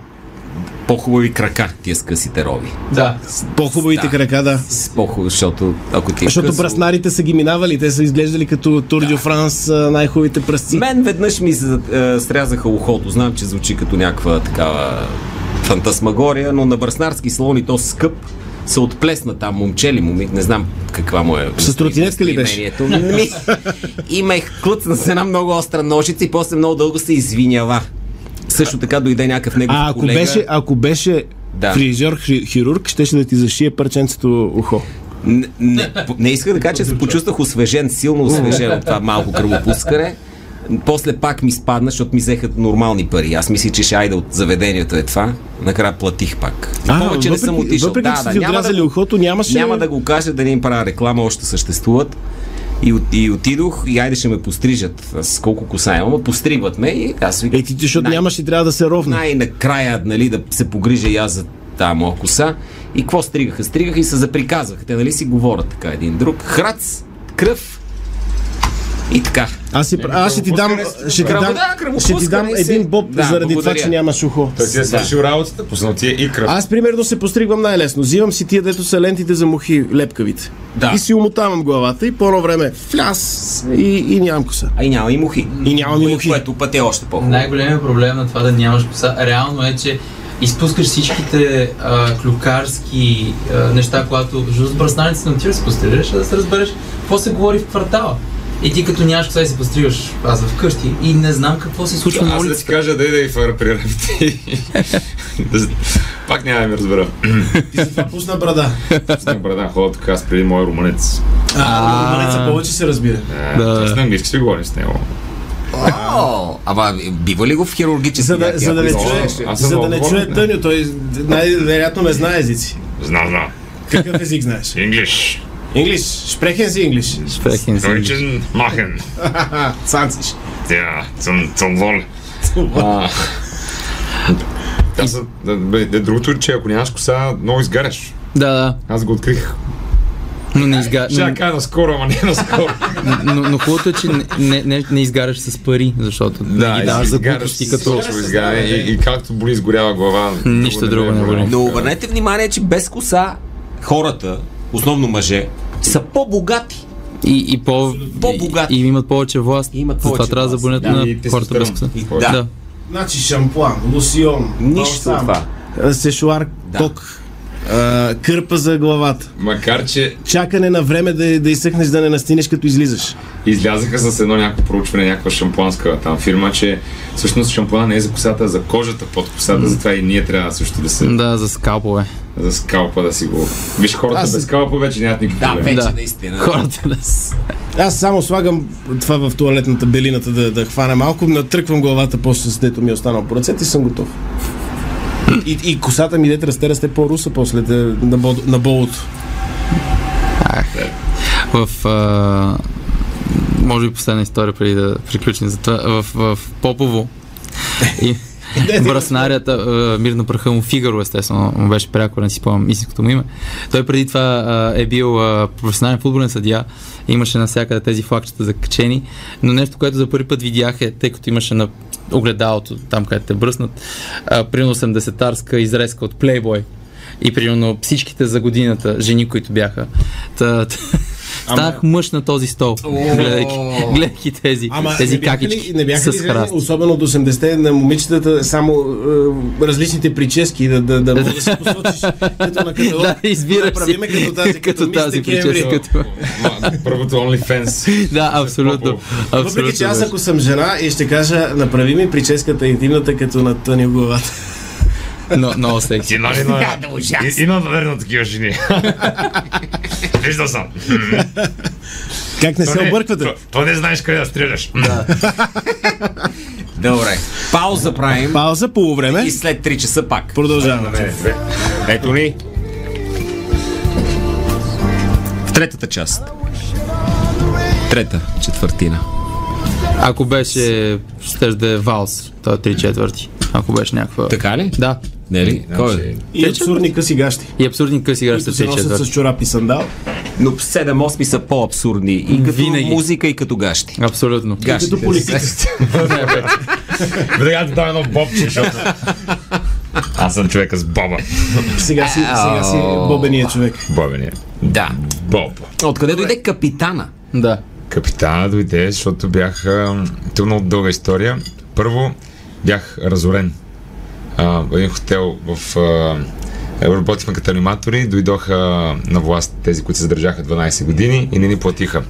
По-хубави крака, тия с късите роби.
Да.
По-хубавите
Да.
крака, да.
С по-хубави, защото ако ти е
Защото
късо-
браснарите са ги минавали, те са изглеждали като Тур Дю Франс, а, най-хубавите пръсти.
Мен веднъж ми се е, срязаха ухото. Знам, че звучи като някаква такава фантасмагория, но на браснарски салон и то скъп се отплесна там момче ли момик, не знам каква му е.
С тротинетка ли беше?
местоимението. Ми, имах клъцна с една много остра ножица и после много дълго се извинява. Също така дойде някакъв негов
А ако
колега.
беше, ако беше
Да.
да. фризьор, хри- хирург, щеше да ти зашие парченцето ухо.
Не, не, не исках да кажа, че се почувствах освежен, силно освежен от това малко кръвопускане. После пак ми спадна, защото ми взеха нормални пари. Аз мислих, че ще айде от заведението е това. Накрая платих пак. И повече не съм отишъл.
Въпреки, че
да,
са
да,
ти
няма, да,
отрязали
го-
ухото, нямаше...
няма да го кажа, да не им правя реклама, още съществуват. И, от, и отидох и айде ще ме пострижат. Аз колко коса имам, а постригват ме и аз викам.
Е, ти, защото
най-
нямаш и трябва да се ровна.
най-накрая, нали, да се погрижа и аз за тази моя коса. И какво стригаха? Стригаха и се заприказаха. Те нали си говорят така един друг. Храц, кръв и така.
Аз, си, аз ще ти дам, ще ти дам,
Да, кръвопускане
ще ти дам
и се-
един боб
Да,
заради това,
благодаря.
че нямаш ухо.
Той си е свършил работата, пуснал ти е и кръв.
Аз примерно се постригвам най-лесно. Взимам си тия, дето са лентите за мухи, лепкавите.
Да.
И си умотавам главата и по едно време фляс и, и нямам коса.
А и няма и мухи.
И нямам и мухи.
Което път е още по-хубаво.
Най-големият проблем на това да нямаш коса реално е, че изпускаш всичките а, клюкарски а, неща, когато защото с бръснарниците не отиваш да се постригаш, а да се разбереш какво се говори в квартала. И ти като нямаш коса и се постригаш аз вкъщи и не знам какво се случва на
Аз да
улицата.
ти кажа да иде и фър при ръбите. Пак няма да ми разбера.
Пусна брада.
Пусна брада, ходя така, аз преди мой румънец.
А, Малеца повече се разбира.
Е, Аз на английски си говорим с него.
О, Ама бива ли го в хирургически?
За да,
някакви,
за да
ако
не
искаш?
чуе,
Аз съм
за да не
отговорен,
чуе
да.
Тъню, той най-вероятно не знае езици.
Знам, знам.
Какъв език знаеш?
English.
Инглиш, шпрехен си инглиш.
Deutschen machen.
Санциш.
Ja, zum, zum Wohl.
Аз, да, бе, да, другото е, че ако нямаш коса, много изгаряш.
Да, да.
Аз го открих.
Но не изга...
Ще
но,
я кажа наскоро, ама не наскоро.
но, но хубавото е, че не, не, не, не изгаряш с пари, защото нали, не ги даваш за глупости като...
Точно изгаря и, и както боли изгорява глава. нали?
Нищо друго не
проблем.
боли.
Но обърнете внимание, че без коса хората, основно мъже, са по-богати.
И, и по...
По-богати.
И, и имат повече власт.
И имат
Затова
повече
трябва да
власт.
забранят
Да, и
на хората без
тестостерон.
коса.
И-
Хората.
Да.
Да.
Значи шампуан, лусион,
Нищо от
балсам,
това.
а, Е, Сешуар,
Да.
ток, а, кърпа за главата.
Макар, че
Чакане на време да, да изсъхнеш, да не настинеш като излизаш.
излязаха с едно някакво проучване, някаква шампуанска там фирма, че всъщност шампуана не е за косата, а за кожата под косата, затова и ние трябва също да се
Да, за скалпове.
за скалпа да си го... Виж, хората
Аз-
без скалпа вече нямат никакви
Да,
проблеми.
вече
Да.
наистина.
Хората да с...
Аз само слагам това в туалетната белината да, да хвана малко, натръквам главата после с дето ми е останал по ръцете и съм готов. И, и косата ми дете расте, расте по-руса после да, на, бо, на болото.
в... А, може би последна история преди да приключим за това. В, в Попово и браснарията, а, мир на праха му, Фигаро естествено, му беше пряко, не си спомням истинското му име. Той преди това а, е бил а, професионален футболен съдия, имаше навсякъде тези флагчета закачени, но нещо, което за първи път видях е, тъй като имаше на огледалото, там където те бръснат, а, примерно 80-тарска изрезка от Playboy. И примерно всичките за годината жени, които бяха. Та, та, станах мъж на този стол, гледайки, гледайки тези, тези
не бяха
какички
ли, не бяха ли
с
излезли,
храст.
особено от 80-те на момичетата, само е, различните прически, да, да, да, мога да се посочиш като на каталог.
Да, избираш си
Направиме като тази, е като,
като
Мис
тази
Декември.
прическа. като-
Ма, Първото OnlyFans.
Да, абсолютно.
Въпреки, че
абсолютно
аз
беше.
ако съм жена и ще кажа, направи ми прическата интимната като на Тъни в главата.
Но, много секси.
Ти нали на... И- Има верно такива жени. Виждал съм.
Как не
То
се
не-
обърквате?
то- То не знаеш къде да стреляш.
Добре. Пауза правим
Пауза, полувреме.
и след 3 часа пак.
Продължаваме.
Ето ни. В третата част. Трета четвъртина.
Ако беше, ще да е валс, той е 3 четвърти. Ако беше някаква...
Така ли?
Да.
Не ли?
Значи,
Кой? е?
И абсурдни къси гащи.
И абсурдни къси играш с
Които се
3
носят с
четвърти.
чорап и сандал.
Но 7-8 са по-абсурдни. И като
Винаги.
музика, и като гащи.
Абсолютно.
Гащите.
Като политици.
Веднага ти дам едно бобче, защото... Аз съм човека с боба.
Сега си, сега си бобения човек.
Бобения.
Да.
е. Боб.
Откъде дойде капитана?
Да.
Капитана дойде, защото бях... а, Това е много дълга история. Първо бях разорен. А, в един хотел в... А, работихме като аниматори, дойдоха на власт тези, които се задържаха 12 години и не ни платиха.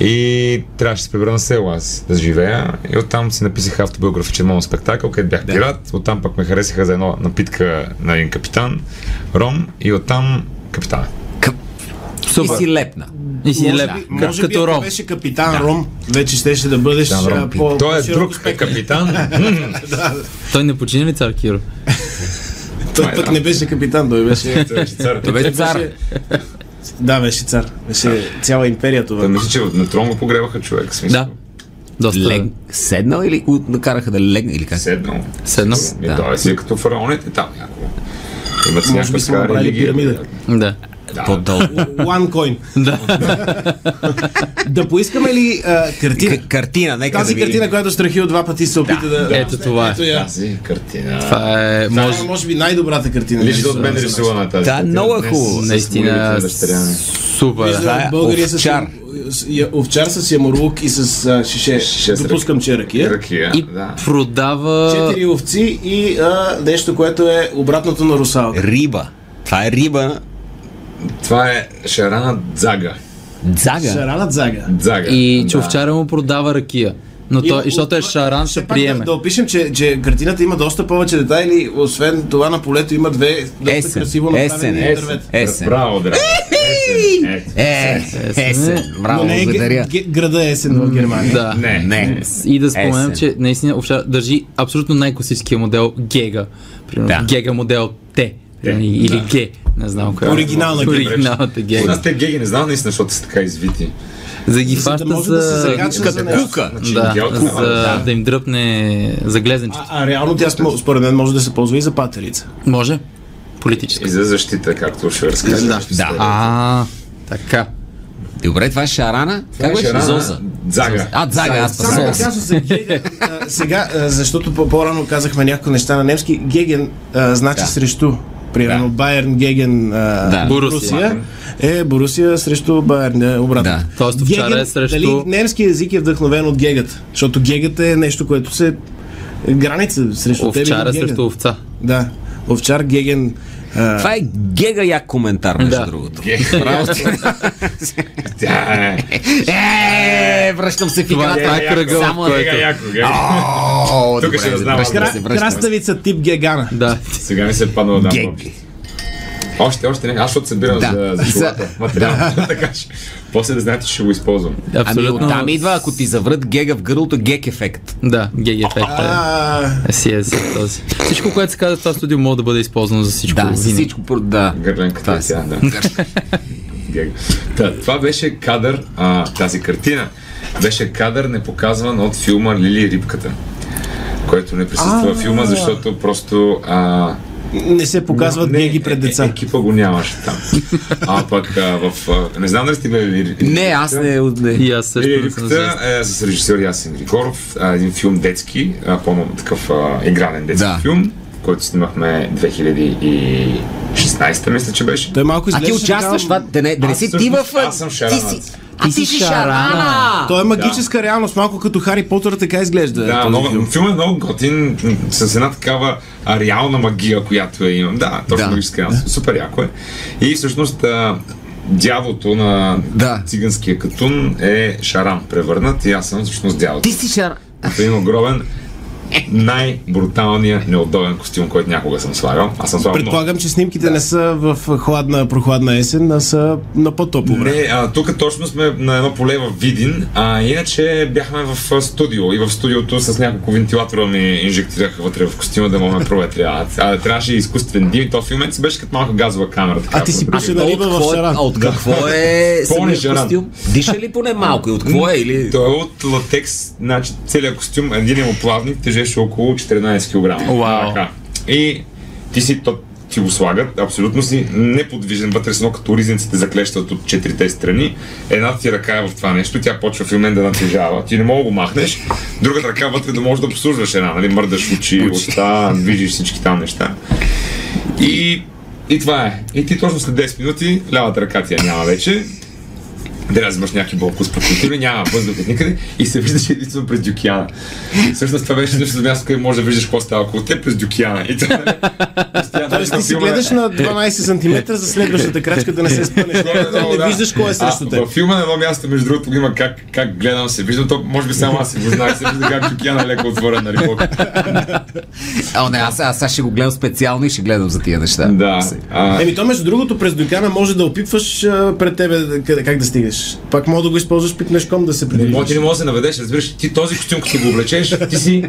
И трябваше да се прибера на село аз да живея. И оттам си написах автобиографичен моят е спектакъл, където бях пират. Оттам пък ме харесаха за една напитка на един капитан, Ром. И оттам капитана.
И
Супер.
си лепна.
И си леп.
Може би
Като
ако
ром.
беше капитан Ром, вече щеше да бъдеш а, по
Той е
по-широко
друг
спектър.
капитан.
Той не почини ли цар Киро?
Той пък не беше капитан, той беше...
Той беше цар.
Да, беше цар. Беше цяла империя
Да,
това.
мисля, че на трон го погребаха човек. в Смисъл.
Да. Доста.
Лег... Седнал или го накараха да легне? Или как?
Седнал.
Седнал.
е Да. Той си е като фараоните там някакво. Имат
Може
си
би
някаква
са
скара
направили
и ги...
пирамида.
Да.
По-дълго.
One coin. да поискаме ли а, картина?
К- Картина, нека да
Тази
видим.
картина, която Страхил два пъти се опита да... да.
Ето това е.
Ето я.
Тази картина.
Това е,
Това
може,
е, може би най-добрата картина.
Лично от мен е рисувана тази.
Да,
картина.
много е
Днес
хубаво.
с
наистина,
молитвите на дъщеря ми.
супер. е.
Това е
Виждам българия
овчар.
с, с я- овчар с ямурлук и с а, шише.
Шише с
Допускам, че е ракия.
Ракия,
И
да.
продава...
Четири овци и а, нещо, което е обратното на русалка.
Риба. Това е риба.
Това е шарана дзага.
Дзага.
Шаранът зага.
Дзага.
И
Да.
че овчара му продава ракия. Но той, и, защото е шаран,
Все
ще
пак Да,
приеме.
да опишем, че, че картината има доста повече детайли, освен това на полето има две доста
Есен.
красиво
Есен
направени
е.
дървета.
Есен.
Браво, драго. Есен, есен.
Е, есен. Браво,
Но не е
благодаря.
ге- ге- града Есен в Германия.
Да.
Не,
Не.
И да споменем,
Есен.
че наистина овчар държи абсолютно най-класическия модел Гега. Примерно,
Да.
Гега модел Т. Или да. Г. Не знам коя. е.
Оригинална Гега.
Оригиналната
У
Гега.
нас те геги не знам наистина, защото са така извити.
За да ги
За да
фаща
може
за...
да се закача за
Като
нещо.
кука.
да,
Георг
за,
Кука.
да. да им дръпне за
А,
глезенчето.
а реално тя смо- според мен може да се ползва и за патерица.
Може?
И
Политически.
за защита, както ще разкажа.
Да. Да.
А, така.
Добре, това е шарана. Как беше?
Шарана
Зоза.
Дзага.
А, дзага, аз па
Само да
зоза.
кажа за Геген. а, Сега, а, защото по- по-рано казахме някои неща на немски, Геген а, значи
Да.
срещу. Примерно Байерн Геген а,
Да.
Борусия.
Борусия е Борусия срещу Байерн, е обратно.
Да.
Тоест овчара е срещу-
Дали немски език е вдъхновен от гегата? Защото гегата е нещо, което се е граница срещу тебе.
Овчара
или геген.
е срещу овца.
Да. Овчар Геген. А,
Това е гега як коментар, между
Да.
другото.
Тя е.
Е, връщам се в
Това, това
играта.
е кръга, в
Само
който...
Гега яко, гега.
О,
Тук
добре,
ще знам.
връщам се,
кра-
връщам се.
краставица тип Гегана.
Да.
Сега ми се падна да дам.
Гег.
още. Още, още не. Аз защото събирам
Да.
за, за шулата. Материал. така че. После да знаете, че ще го използвам.
Ами
Абсолютно.
оттам идва, ако ти заврат гега в гърлото, гек ефект.
Да, Геги ефект е.
А,
Си е си този. Всичко, което се казва в това студио, може да бъде използвано за всичко.
Да,
винаги.
всичко. про- Да.
Гърленката е тя, да. Гега. Та, това беше кадър, а, тази картина беше кадър непоказван от филма Лили и рибката, който не присъства в филма, защото просто а,
не се показват
не,
геги пред
Е,
деца.
екипа го нямаше там. А пък а, в... А, не знам дали сте гледали Лили и рибката.
Не, аз не. не.
И аз също
Лили
не съм
рибката
известен.
е с режисьор Ясен Григоров, а, един филм детски, а, по такъв а, игрален детски
Да.
филм, който снимахме 2016, мисля, че беше.
Той е малко
А ти
изглежда
участваш, това,
такава...
да не, да не
Аз
си ти в...
всъщност- аз съм
ти
шаранът.
си, а ти си шарана!
шарана.
Той е магическа реалност, малко като Хари Потър така изглежда.
Да,
този
много,
филм.
филм. е много готин, м, с една такава а, реална магия, която я имам. Да, точно
Да.
магическа реалност. Супер яко е. И всъщност а, дявото на
Да.
циганския катун е шаран превърнат и аз съм всъщност дявото.
Ти си шарана!
Той има огромен най-бруталния неудобен костюм, който някога съм слагал. Аз съм слагал много.
Предполагам, че снимките не са в хладна, прохладна есен, а са на по-топло време.
Не, а, тук точно сме на едно поле в Видин, а иначе бяхме в а, студио и в студиото с няколко вентилатора ми инжектираха вътре в костюма да мога ме проветря. А, трябваше и изкуствен дим и то в момента си беше като малка газова камера. Така,
А ти си
проветря.
пише на риба в
какво е,
шаран.
а от какво е
Пълни
самият
шаран.
костюм? Диша ли поне малко и от какво е? Или...
Той е от латекс, значи целият костюм, един му плавник, тежеше около 14 кг.
Уау.
Така. И ти си то, ти го слагат, абсолютно си неподвижен вътре, с едно като ризниците заклещат от четирите страни. Едната ти ръка е в това нещо, тя почва в момент да натежава. Ти не мога да го махнеш. Другата ръка вътре да можеш да обслужваш една, нали? Мърдаш очи, уста, движиш всички там неща. И, и това е. И ти точно след 10 минути лявата ръка ти я няма вече. Дразваш някакви болко спокойно, няма въздух от никъде и се виждаш единствено през Дюкиана. Всъщност това беше единственото място, където може да виждаш какво става около теб през Дюкиана. И това е.
Тоест ти си гледаш на 12 см за следващата крачка да не се спънеш. Не виждаш кой е срещу теб.
В филма на едно място, между другото, го има как, как гледам се. Виждам то, може би само аз си го знаех, се вижда как Дюкиана е леко отворен на рибок.
А, не, аз, аз, аз ще го гледам специално и ще гледам за тия неща.
Да. А,
Еми то между другото през докана може да опитваш а, пред тебе къде, как да стигнеш. Пак мога да го използваш пикнешком да се
Може ти
придвижиш.
не можеш да се наведеш, разбираш, ти този костюм, като си го облечеш, ти си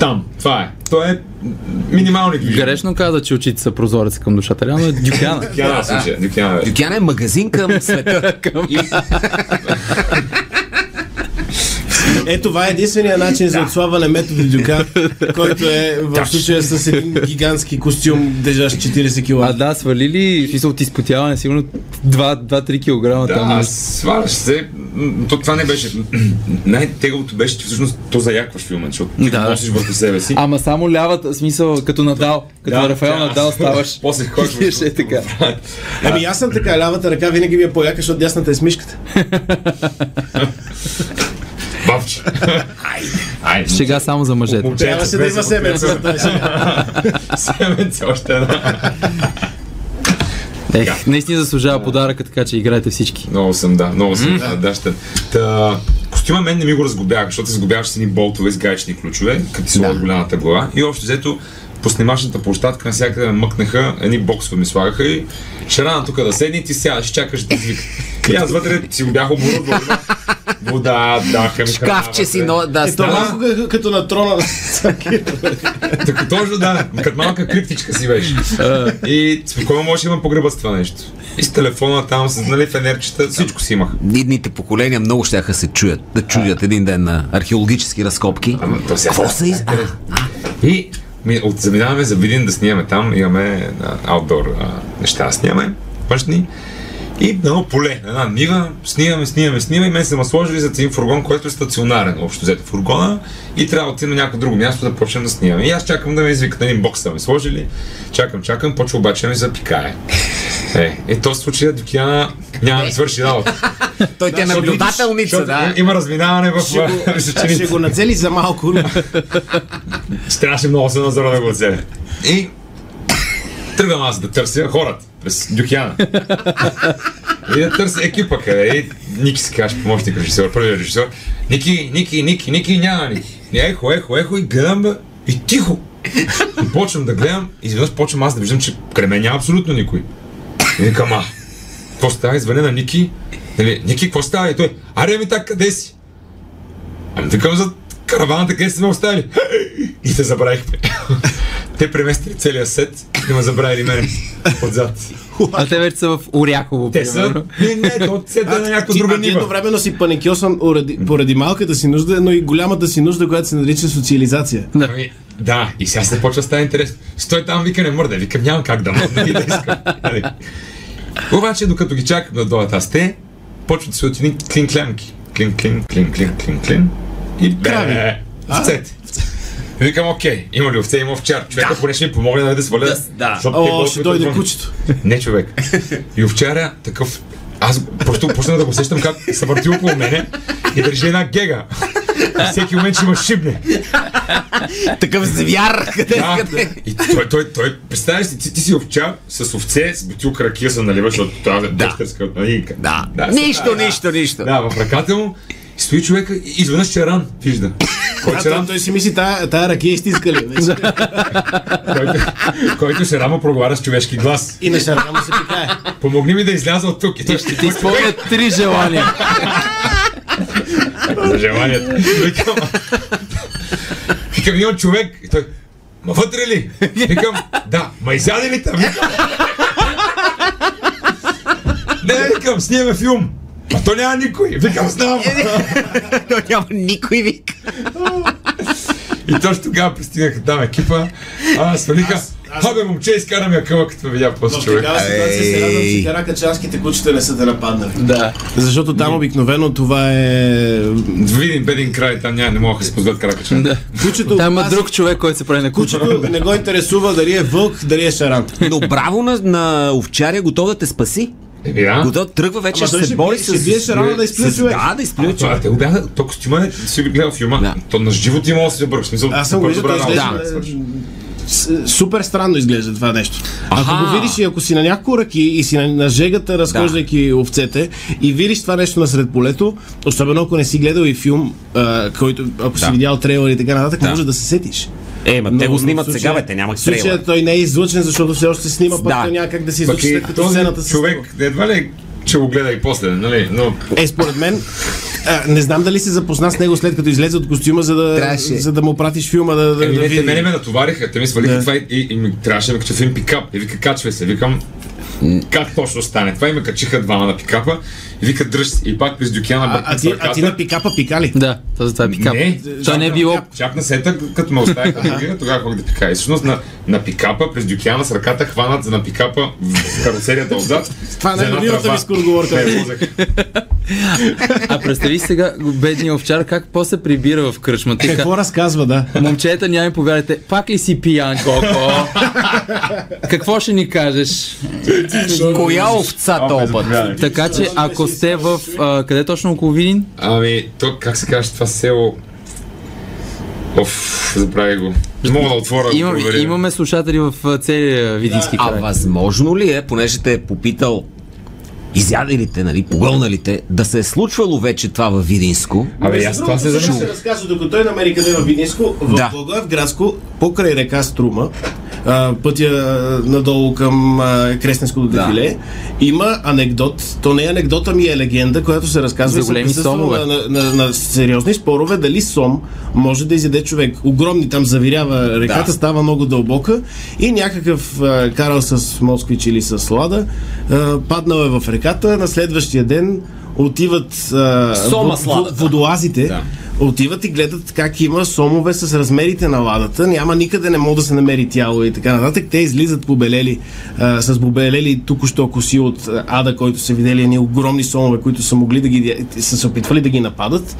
там. Това е. То е минимални движения.
Грешно каза, че очите са прозорец към душата. Реално е дюкяна.
Дюкиана, слушай, Дюкиана. бе.
Дюкяна е магазин към света.
И-
Е, това е единствения начин за отслабване метода Дюка, който е в случая с един гигантски костюм, държащ 40 кг.
А да, свали ли, в смисъл от изпотяване, сигурно 2-3 кг
Да,
там.
аз сваляш се. М, То, това не беше. Най-теглото беше, че всъщност то заякваш филма, защото ти
Да.
да. носиш върху себе си.
Ама само лявата, в смисъл, като надал, като
Да,
Рафаел
да.
надал ставаш.
После ходиш.
И ще е така.
Ами аз съм така, лявата ръка винаги ми е по-яка, защото дясната е смишката.
Бабче. Ай,
Шега само за мъжете.
момченце,
Трябваше да
без
има семенца.
Семенце, още една.
Ех, наистина заслужава подаръка, така че играйте всички.
Много съм, да. Много съм, да. да ще. Та, костюма мен не ми го разглобявах, защото се сглобяваш с едни болтове с гаечни ключове, като ти слагат голямата глава. И общо взето, по снимачната площадка навсякъде ме мъкнаха, едни боксове ми слагаха и шарана тук да седни, ти сядаш, чакаш да извика. И аз вътре си го бях оборудвал. Вода, даха ми
Кавче си,
храна
но да,
То
става.
малко като- като на трона.
вътре. Така точно да, като малка криптичка си беше. И спокойно можеше да ме погреба с това нещо. И с телефона там, с нали, фенерчета, всичко си имах.
Идните поколения много щяха се чуят, да чудят един ден на археологически разкопки.
Ама то сега-
Какво са из... А,
И ми, от, заминаваме за Видин да снимаме там, имаме а, outdoor а, неща, да снимаме, външни. И на едно поле, на една нива, снимаме, снимаме, снимаме и мен са ме сложили за един фургон, който е стационарен, общо взето фургона и трябва да отидем на някакво друго място да почнем да снимаме. И аз чакам да ме извикат, един бокс са ме сложили, чакам, чакам, почва обаче да ми запикае. Е, е, то случая до кия няма да свърши работа.
Е. той ти е наблюдателница,
Защото
да.
Има разминаване в
Ще го-
височините.
Ще го нацели за малко.
Трябваше много се назора да го вземе. И тръгвам аз да търся хората през Дюхяна. И да търся екипа къде. е. И Ники се каже, помощник режисьор, първият режисьор. Ники, Ники, Ники, Ники, няма Ники. И Ехо, ехо, ехо и гледам бе. И тихо. И почвам да гледам. и Изведнъж почвам аз да виждам, че край мен няма абсолютно никой. И викам, а, какво става? Извъня на Ники. Нали, Ники, какво става? И той, аре ми така, къде си? Ами викам за караваната, къде сте ме оставили? И се забравихме. Те преместили целия сет и ме забравили мен отзад.
А те вече са в Оряхово.
Те са...
примерно.
Не, не, то сета е на някаква
Ти-
друга
а ти
нива.
едновременно си паникьосан поради, поради малката си нужда, но и голямата си нужда, която се нарича социализация.
Ами, да, и сега се почва да става интересно. Стой там, вика, не мърда. Викам, няма как да мърда. И да искам. Нали? Обаче, докато ги чакам да дойдат аз те, почват да се отини клин клямки. Клин, клин, клин, клин, клин, клин. И бе, овцете. Викам, окей, има ли овце, има овчар. Човека поне ще ми помогне нали, да сваля.
да.
защото те
О,
готвят
ще дойде
отвън.
кучето.
Не човек. И овчаря такъв... Аз просто почнах да го сещам как се върти около мене и държи една гега. И всеки момент ще ме шибне.
Такъв звяр, къде,
Да.
къде?
И той, той, той, представяш си, ти, ти си овчар с овце, с бутилка ракия се налива, защото трябва да е дъщерска. нали, как-
Да.
сега,
Нищо, нищо, нищо.
Да, в ръката му и стои човека и изведнъж черан, вижда. Кой
А, той,
черан?
той си мисли, тая, тая ракия изтискали. вече.
Който, който се рама проговаря с човешки глас.
И на шарга му се пикае.
Помогни ми да изляза от тук. И той ще
Ти изпълня три желания.
За желанието. Викам, викам, има човек. И той, ма вътре ли? Викам, да. Ма изяде ли там? Викам, не, викам, снимаме филм. А то няма никой. Викам, знам.
То няма никой вик.
И точно тогава пристигнаха там екипа. А, свалиха. Абе, момче, изкарам я къва, като ме видя после
В
човек.
такава ситуация се радвам, че каракачанските кучета не са те нападнали.
Да.
Защото там обикновено това е...
Видим беден край, там няма, не мога да се позват кракача. Да.
Кучето,
Там има
аз-
друг човек, който се прави на куче.
Кучето не го интересува дали е вълк, дали е шаран.
Но браво на, на овчаря, готов да те спаси.
Е,
Готов, тръгва вече,
Ама
ще
той
се
ще
бори
бие-
с...
ще бие шарана да изплюе
с-
човек.
Да, да изплюе човек.
е
Това те го бяха, то костюма не си гледал филма.
Да.
То на живо ти мога да си забърш. Смисъл,
Аз съм го
добре
виждал, той
работа.
изглежда... е,
Да, свърши.
с- Супер странно изглежда това нещо. Ако го
Аха.
видиш и ако си на няколко ръки и си на, на жегата, разхождайки овцете, и видиш това нещо насред полето, особено ако не си гледал и филм, а, който, ако си видял трейлер и така нататък, може да се сетиш.
Е, ма те
Но-
го
но
снимат
в случая-
сега, бе, те нямат
в случая
трейлер.
той не е излъчен, защото все още се снима, пък
Да.
той няма как да се
Пък
излъчи,
и
след като
този
сцената се снима.
човек, едва ли ще го гледа и после, нали? Но
Е, според мен, а, не знам дали се запозна с него след като излезе от костюма, за да,
Трябваше.
за да му пратиш филма да, да,
Еми,
да
ами, не, те
види.
мене ме натовариха, те ми свалиха това и, и, и ми трябваше да ме кача в един пикап. И вика, качвай Е, се, викам, Как точно стане? Това и ме качиха двама на пикапа и вика дръж се. и пак през дюкяна
А, а, ти, а ти на пикапа пика ли?
Да, то за това е пикап.
Не,
Той не е било.
Чак на сета, като ме оставих на другия, тогава ходих да пика. И всъщност на, на пикапа през дюкяна с ръката хванат за на пикапа в карусерията отзад.
Това е
за една
най-любимата
тръба.
ми скороговорка.
Ме возех.
А представи си сега бедния овчар как после прибира в кръчмата. и ка-
Какво разказва, да?
Момчета, няма ми повярвате, пак ли си пиян, Коко? Какво ще ни кажеш?
Коя овца
Ама,
този път?
заповядай.
Така че, ако сте в... А, къде точно около Видин?
Ами, то как се каже това село? Оф, забравя го. Мога да отворя. да
Имам,
проверя.
имаме слушатели в а, целия Видински
А
край.
възможно ли е, понеже те е попитал изядалите, нали, погълналите, да се е случвало вече това във Видинско?
Абе, аз това се
Също
замислих.
се разказва, докато той е намери къде в Видинско, в
Да.
да. Благоевградско, покрай река Струма, а, пътя а, надолу към а, Кресненското дефиле, има анекдот, то не е анекдот, ами е легенда, която се разказва
За
и съм
големи
присъствал
сомове.
на, на, на, на сериозни спорове, дали сом може да изяде човек. Огромни там завирява реката,
Да.
става много дълбока и някакъв а, карал с москвич или с лада, а, паднал е в реката, на следващия ден отиват а,
Сома
во-
с ладата.
во- водолазите, да. отиват и гледат как има сомове с размерите на ладата, няма никъде не може да се намери тяло и така нататък. Те излизат побелели, а, с побелели току-що коси от а, ада, който са видели, едни огромни сомове, които са могли да ги, са се опитвали да ги нападат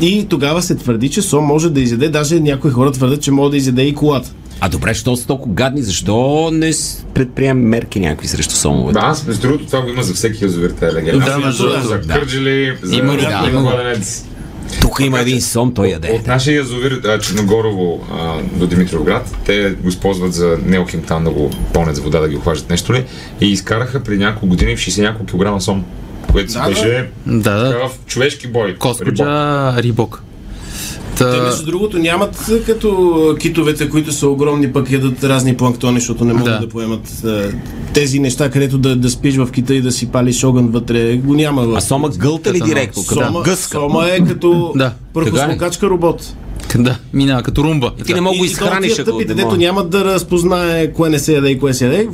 и тогава се твърди, че сом може да изяде, даже някои хора твърдят, че може да изяде и колата.
А добре, що са толкова гадни, защо не с- предприемем мерки някакви срещу сомовете?
Да, аз между другото това го има за всеки язовир тази легенда.
Да,
Аз
между
имам
другото,
За
да.
Кърджили, за
Има го,
за
да, има го.
Кладенец.
Тук има един сом, той яде.
От нашия язовир а, Черногорово а, до Димитровград, те го използват за неоким там да го пълнят с вода, да ги охлаждат нещо ли. И изкараха при няколко години в 60 няколко килограма сом, което си
Да,
беше
Да, да.
в човешки бой. Рибок.
Коскоджа Рибок.
Те,
Та,
между другото, нямат а, като китовете, които са огромни, пък ядат разни планктони, защото не могат да,
Да.
да поемат а, тези неща, където да, да спиш в кита и да си палиш огън вътре. Го няма в...
А сома гълта ли
Като
директно? Като
сома,
гъска.
сома е като
Да.
пръхосмокачка робот.
да, минава като румба.
Ти не мога го
И- и то
изхраниш,
тия
ако
тъпите,
не
дето
мога.
нямат да разпознае кое не се яде и кое се яде.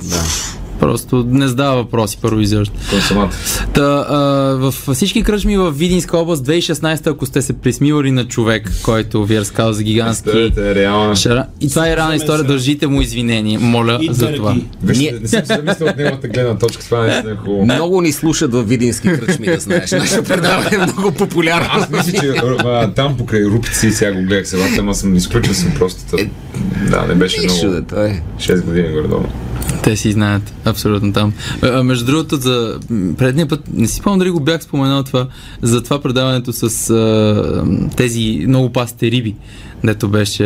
Просто не задава въпроси първо изобщо.
Към самата.
Та, а, в всички кръчми в Видинска област 2016, ако сте се присмивали на човек, който ви е разказал за гигантски
Представете, реално.
шара. И това е рана история, дължите му извинение, моля
И
за това.
дърки.
Вижте,
Ние-
не съм се замислил от неговата гледна точка, това не е хубаво.
Много ни слушат във видински кръчми, да знаеш. Нашето предаване е много популярно.
Аз мисля, че а, там покрай рупци, сега го гледах сега, ама съм изключил съм просто. тъ- Да, не беше
Нищо
много.
да, той е.
6 години горе-долу.
Те си знаят, абсолютно там. А, а, между другото, за м, предния път, не си помня дали го бях споменал това, за това предаването с а, м, тези много пасите риби, дето беше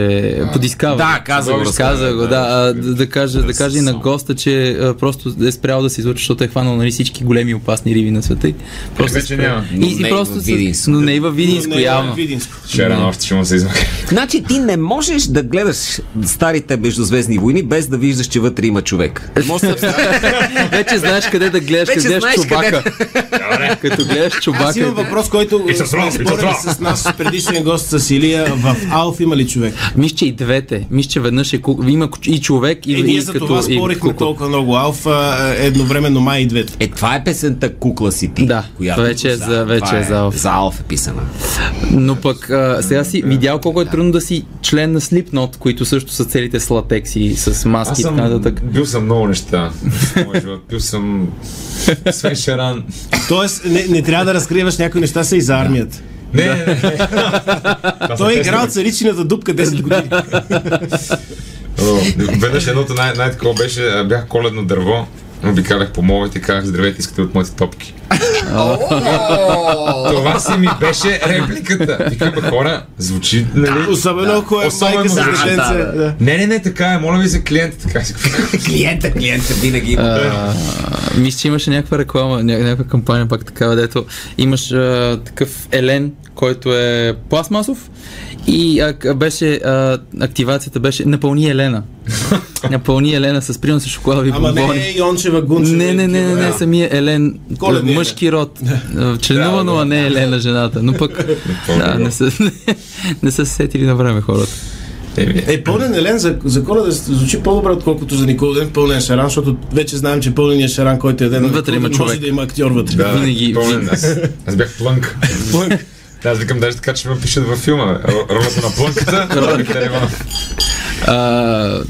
по Discovery.
Да, каза го,
Каза го, да. А, да, да, кажа, да кажа и на
Сам.
госта, че а, просто е спрял да се излъчва, защото е хванал нали, всички големи опасни риби на света. и Просто
Вече
е спрял.
няма.
Но
И,
не
и
и
просто,
във
с-
Видинско.
но не и във Видинско,
Не,
явно.
Видинско.
Ще е рано още ще му се измъка.
Значи ти не можеш да гледаш старите междузвездни войни без да виждаш, че вътре има човек. Не можеш да
Вече знаеш къде да гледаш,
Вече
като гледаш
знаеш
чубака.
Добре.
Като гледаш
Аз имам
чубака.
въпрос, който
It's a
сме
throw, it's a
спорили
throw.
с нас предишния гост с Илия в Алф има ли човек?
Мисля, че и двете. Мисля, че веднъж е, ку- има ку- и човек, и,
И, Е, ние
и
за
като,
това
и
спорихме
куку.
толкова много. Алф а, е едновременно май и двете.
Е, това е песента Кукла си ти.
Да, вече е за-
Да,
вече
това
е за Алф.
За Алф е писана.
Но пък а, сега си видял колко е трудно да си член на Slipknot, които също са целите с латекс и с маски
Аз
и така
съм,
нататък.
бил съм много неща в моя живот. Бил съм... Освен Шаран.
Тоест, не, не трябва да разкриваш някои неща са и за армията.
Не, не, не. Това са
Той е
тесни
играл царичината дупка 10 години.
О, Веднъж едното най- най-такова беше, а, бях коледно дърво, обикалях по молите и казах, здравейте, искате ли от моите топки. Това си ми беше репликата. Викам, бе, хора, звучи, нали?
Особено ако е
Особено
майка с
за-
детенце.
да, да.
да.
Не, не, не, така е, моля ви за клиента, така си. го-
Клиента, клиента винаги има.
Мисля, че имаше някаква реклама, ня- някаква кампания пак такава, дето имаш а, такъв елен, който е пластмасов и а, к- беше, а, активацията беше напълни елена. напълни елена с прием с шоколадови
Ама
бомбони.
не е Йончева Гунчева.
Не, не, не, не, не, самия Елен,
Коледния
е, мъжки род, Е,
Да,
членувано,
да.
а не Елена жената, но пък да, не, са, не, са се сетили на време хората.
Еми,
Е, пълнен елен за, за коледа звучи по-добре, отколкото за Никола ден пълнен шаран, защото вече знаем, че пълненият шаран, който е ден, на
Вътре
Никола
има
Ден, може
човек.
да има актьор вътре.
да,
винаги-
Пълнен, аз, аз бях плънк.
Плънк.
Да, аз викам даже така, че ме пишат във филма. Ро- Ролята на плънката. Ролята на
А,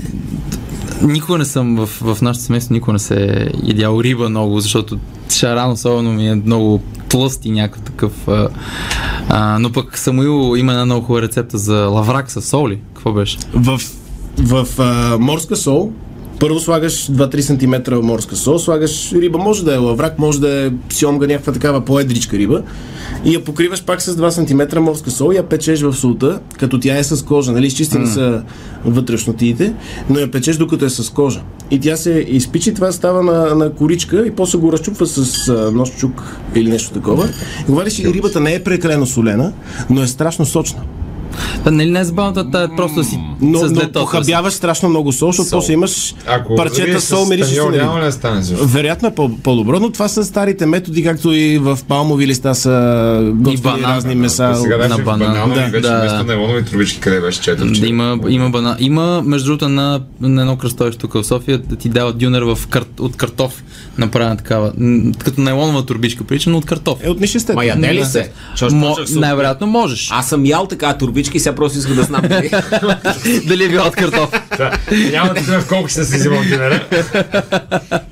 никога не съм в, в нашето семейство, никога не се е ядял риба много, защото шаран особено ми е много тлъст и някакъв такъв. А, а, но пък Самуил има една много хубава рецепта за лаврак с соли. Какво беше?
В, в а, морска сол, първо слагаш 2-3 см морска сол, слагаш риба, може да е лаврак, може да е сьомга, някаква такава по-едричка риба и я покриваш пак с 2 см морска сол и я печеш в солта, като тя е с кожа, нали, изчистени са вътрешнотиите, но я печеш докато е с кожа. И тя се изпичи, това става на, на коричка и после го разчупва с а, нож чук или нещо такова. И Говори, че рибата не е прекалено солена, но е страшно сочна.
Та, нали не е забавната, та е просто си
Но,
с
но
две топки.
похабяваш страшно много сол, защото после имаш
Ако
парчета сол, нали? мириши
таньол,
на
няма ли да стане също?
Вероятно е по- по-добро, но това са старите методи, както и в палмови листа са готвени
банан,
разни
да,
меса.
Сега даже
на
в
банан.
бананови
Да,
вече
да.
вместо на лонови трубички, къде беше четох, че...
Да, има, има, бана... има, между другото, на, на едно кръстовище тук в София, да ти дават дюнер в кар... от картоф, направена такава, м, като найлонова турбичка, прилича, но от картоф.
Е, от нищестето.
Ма яде ли
Да.
се?
Мо... Най-вероятно можеш.
Аз съм ял така турбички, сега просто искам да знам дали.
Дали е била от картоф?
Да. Няма да знам в колко ще се взимал динера.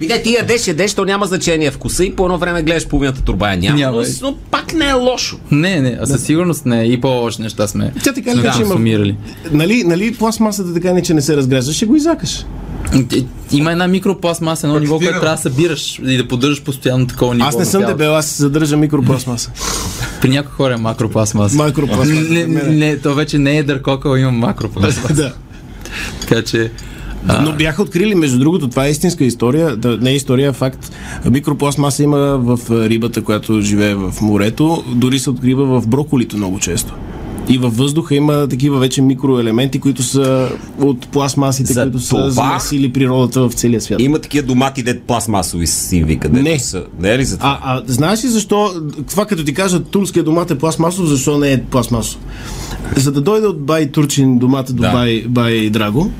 Виде, ти ядеш, ядеш, то няма значение вкуса и по едно време гледаш половината турбая. Няма.
Няма,
но,
е.
но пак не е лошо.
не, не, а със сигурност не. И по-лоши неща сме.
Тя така ли
сме
да, че има-
консумирали.
Нали, нали пластмасата така не, че не се разгражда, ще го изякаш.
Т- Има една микропластмаса, едно ниво, което трябва да събираш и да поддържаш постоянно такова ниво.
Аз не съм
на тялото.
дебел, аз задържам микропластмаса.
При някои хора е макропластмаса.
Макропластмаса.
Не, не, то вече не е дъркокъл, има макропластмаса.
да.
така че
Но бяха открили, между другото, това е истинска история, да, не е история, а факт. Микропластмаса има в а, рибата, която живее в морето, дори се открива в броколито много често. И във въздуха има такива вече микроелементи, които са от пластмасите,
За
които
това-
са замесили природата в целия свят.
Има такива домати, дед пластмасови си вика. дето
Не.
Са. Не е ли за това?
А, а знаеш ли защо, това като ти кажа турския домат е пластмасов, защо не е пластмасов? За да дойде от Бай Турчин домата до
Да.
Бай, Бай Драго,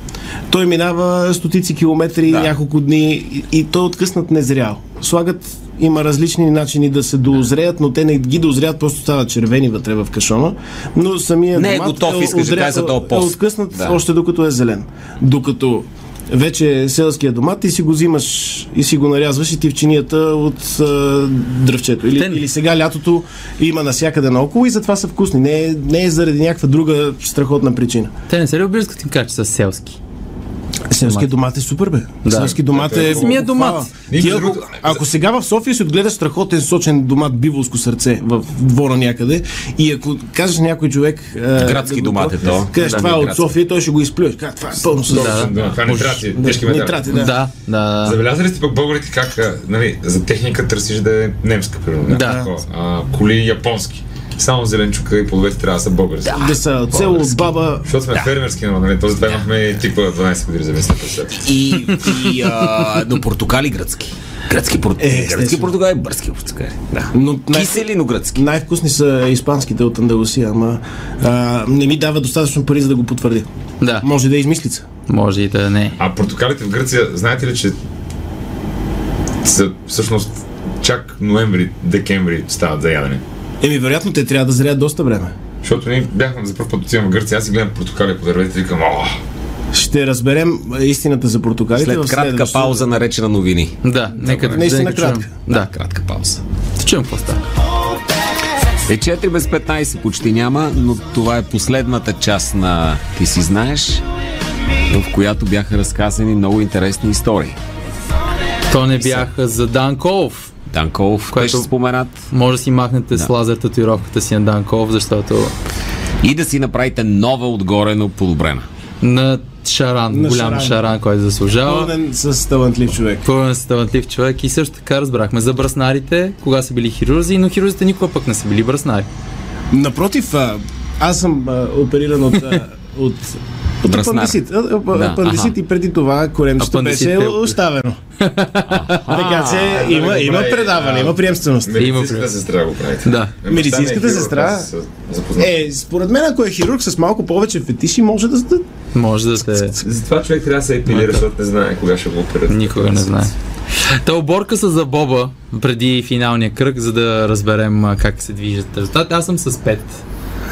той минава стотици километри, да. няколко дни и, и той е откъснат незрял. Слагат, има различни начини да се доозреят, но те не ги доозреят, просто стават червени вътре в кашона. Но самия
Не е
домат
готов, искаш да
озрял-
кажеш за този
е
пост.
откъснат
Да.
да. още докато е зелен. Докато вече е селския домат, ти си го взимаш и си го нарязваш и ти в чинията от а, дръвчето. Или,
Те-
или сега лятото има насякъде наоколо и затова са вкусни. Не е, не е заради някаква друга страхотна причина.
те не се ли обиждат, като им кажа, че са селски?
Селския домат е супер, бе. Да. Селски домат е...
Самия домат.
Ти, ако, ако сега в София си отгледаш страхотен сочен домат биволско сърце в двора някъде и ако кажеш на някой човек... а,
Градски
да го
домат е
пробва,
то.
Кажеш,
Да,
това е от
градски.
София, той ще го изплюеш. Ка, Това е пълно с
Да,
Да, това не трябва да си, тежки
Не
метали.
трати, да.
Да, да.
Забелязали сте пък българите как, а, нали, за техника търсиш да е немска, примерно.
Да.
някакво такова. А, коли японски. Само зеленчука и плодовете трябва да са български.
Да са цело от баба.
Защото сме фермерски народ, нали? Този това имахме тиква 12 години за местната председател.
И, и а, но портокали гръцки. Гръцки, порт... е, гръцки
естествено.
портокали, бърски портокали. Да.
Но най-
Кисели, но гръцки.
най-вкусни са испанските от Андалусия, ама а, не ми дава достатъчно пари, за да го потвърди.
Да,
Може да е измислица.
може и да не. е.
А портокалите в Гърция, знаете ли, че са всъщност чак ноември, декември стават за ядене.
Еми, вероятно те трябва да зряят доста време.
Защото ние бяхме за първ път отивам в Гърция, аз си гледам портокали по дървете и викам, о,
Ще разберем а, истината за портокалите
След
в
кратка
следващото.
пауза, наречена новини.
Да, нека да
Наистина
нека чуем.
кратка.
Да,
Кратка пауза.
ще чуем какво става.
Е 4 без 15 почти няма, но това е последната част на Ти си знаеш, в която бяха разказани много интересни истории.
То не бяха за Дан Колов.
Данколов, който
Което-
ще споменат.
Може да си махнете с лазер татуировката си на Дан Колов, защото
И да си направите нова отгоре, но подобрена.
на Шаран,
На
голям
Шаран.
шаран. който заслужава.
Пълнен с талантлив човек.
Пълен с талантлив човек и също така разбрахме за браснарите, кога са били хирурзи, но хирурзите никога пък не са били браснари.
Напротив, а, аз съм а, опериран от, а, от
Браснар.
Апандисит. А, а, а,
Да,
Апандисит
аха.
и преди това коремчето
Апандисит
беше
е-
оставено. Така че
да
има,
го
има
прави,
предаване,
а,
има приемственост.
Медицинската сестра го правите.
Да.
Медицинската сестра-
Запознат.
Е, според мен, ако е хирург с малко повече фетиши, може да... да-
Може да те...
Затова човек трябва да се епилира, защото не знае кога ще го оперират.
Никога не знае. Та оборка са за Боба преди финалния кръг, за да разберем а, как се движат резултатите. Аз съм с 5.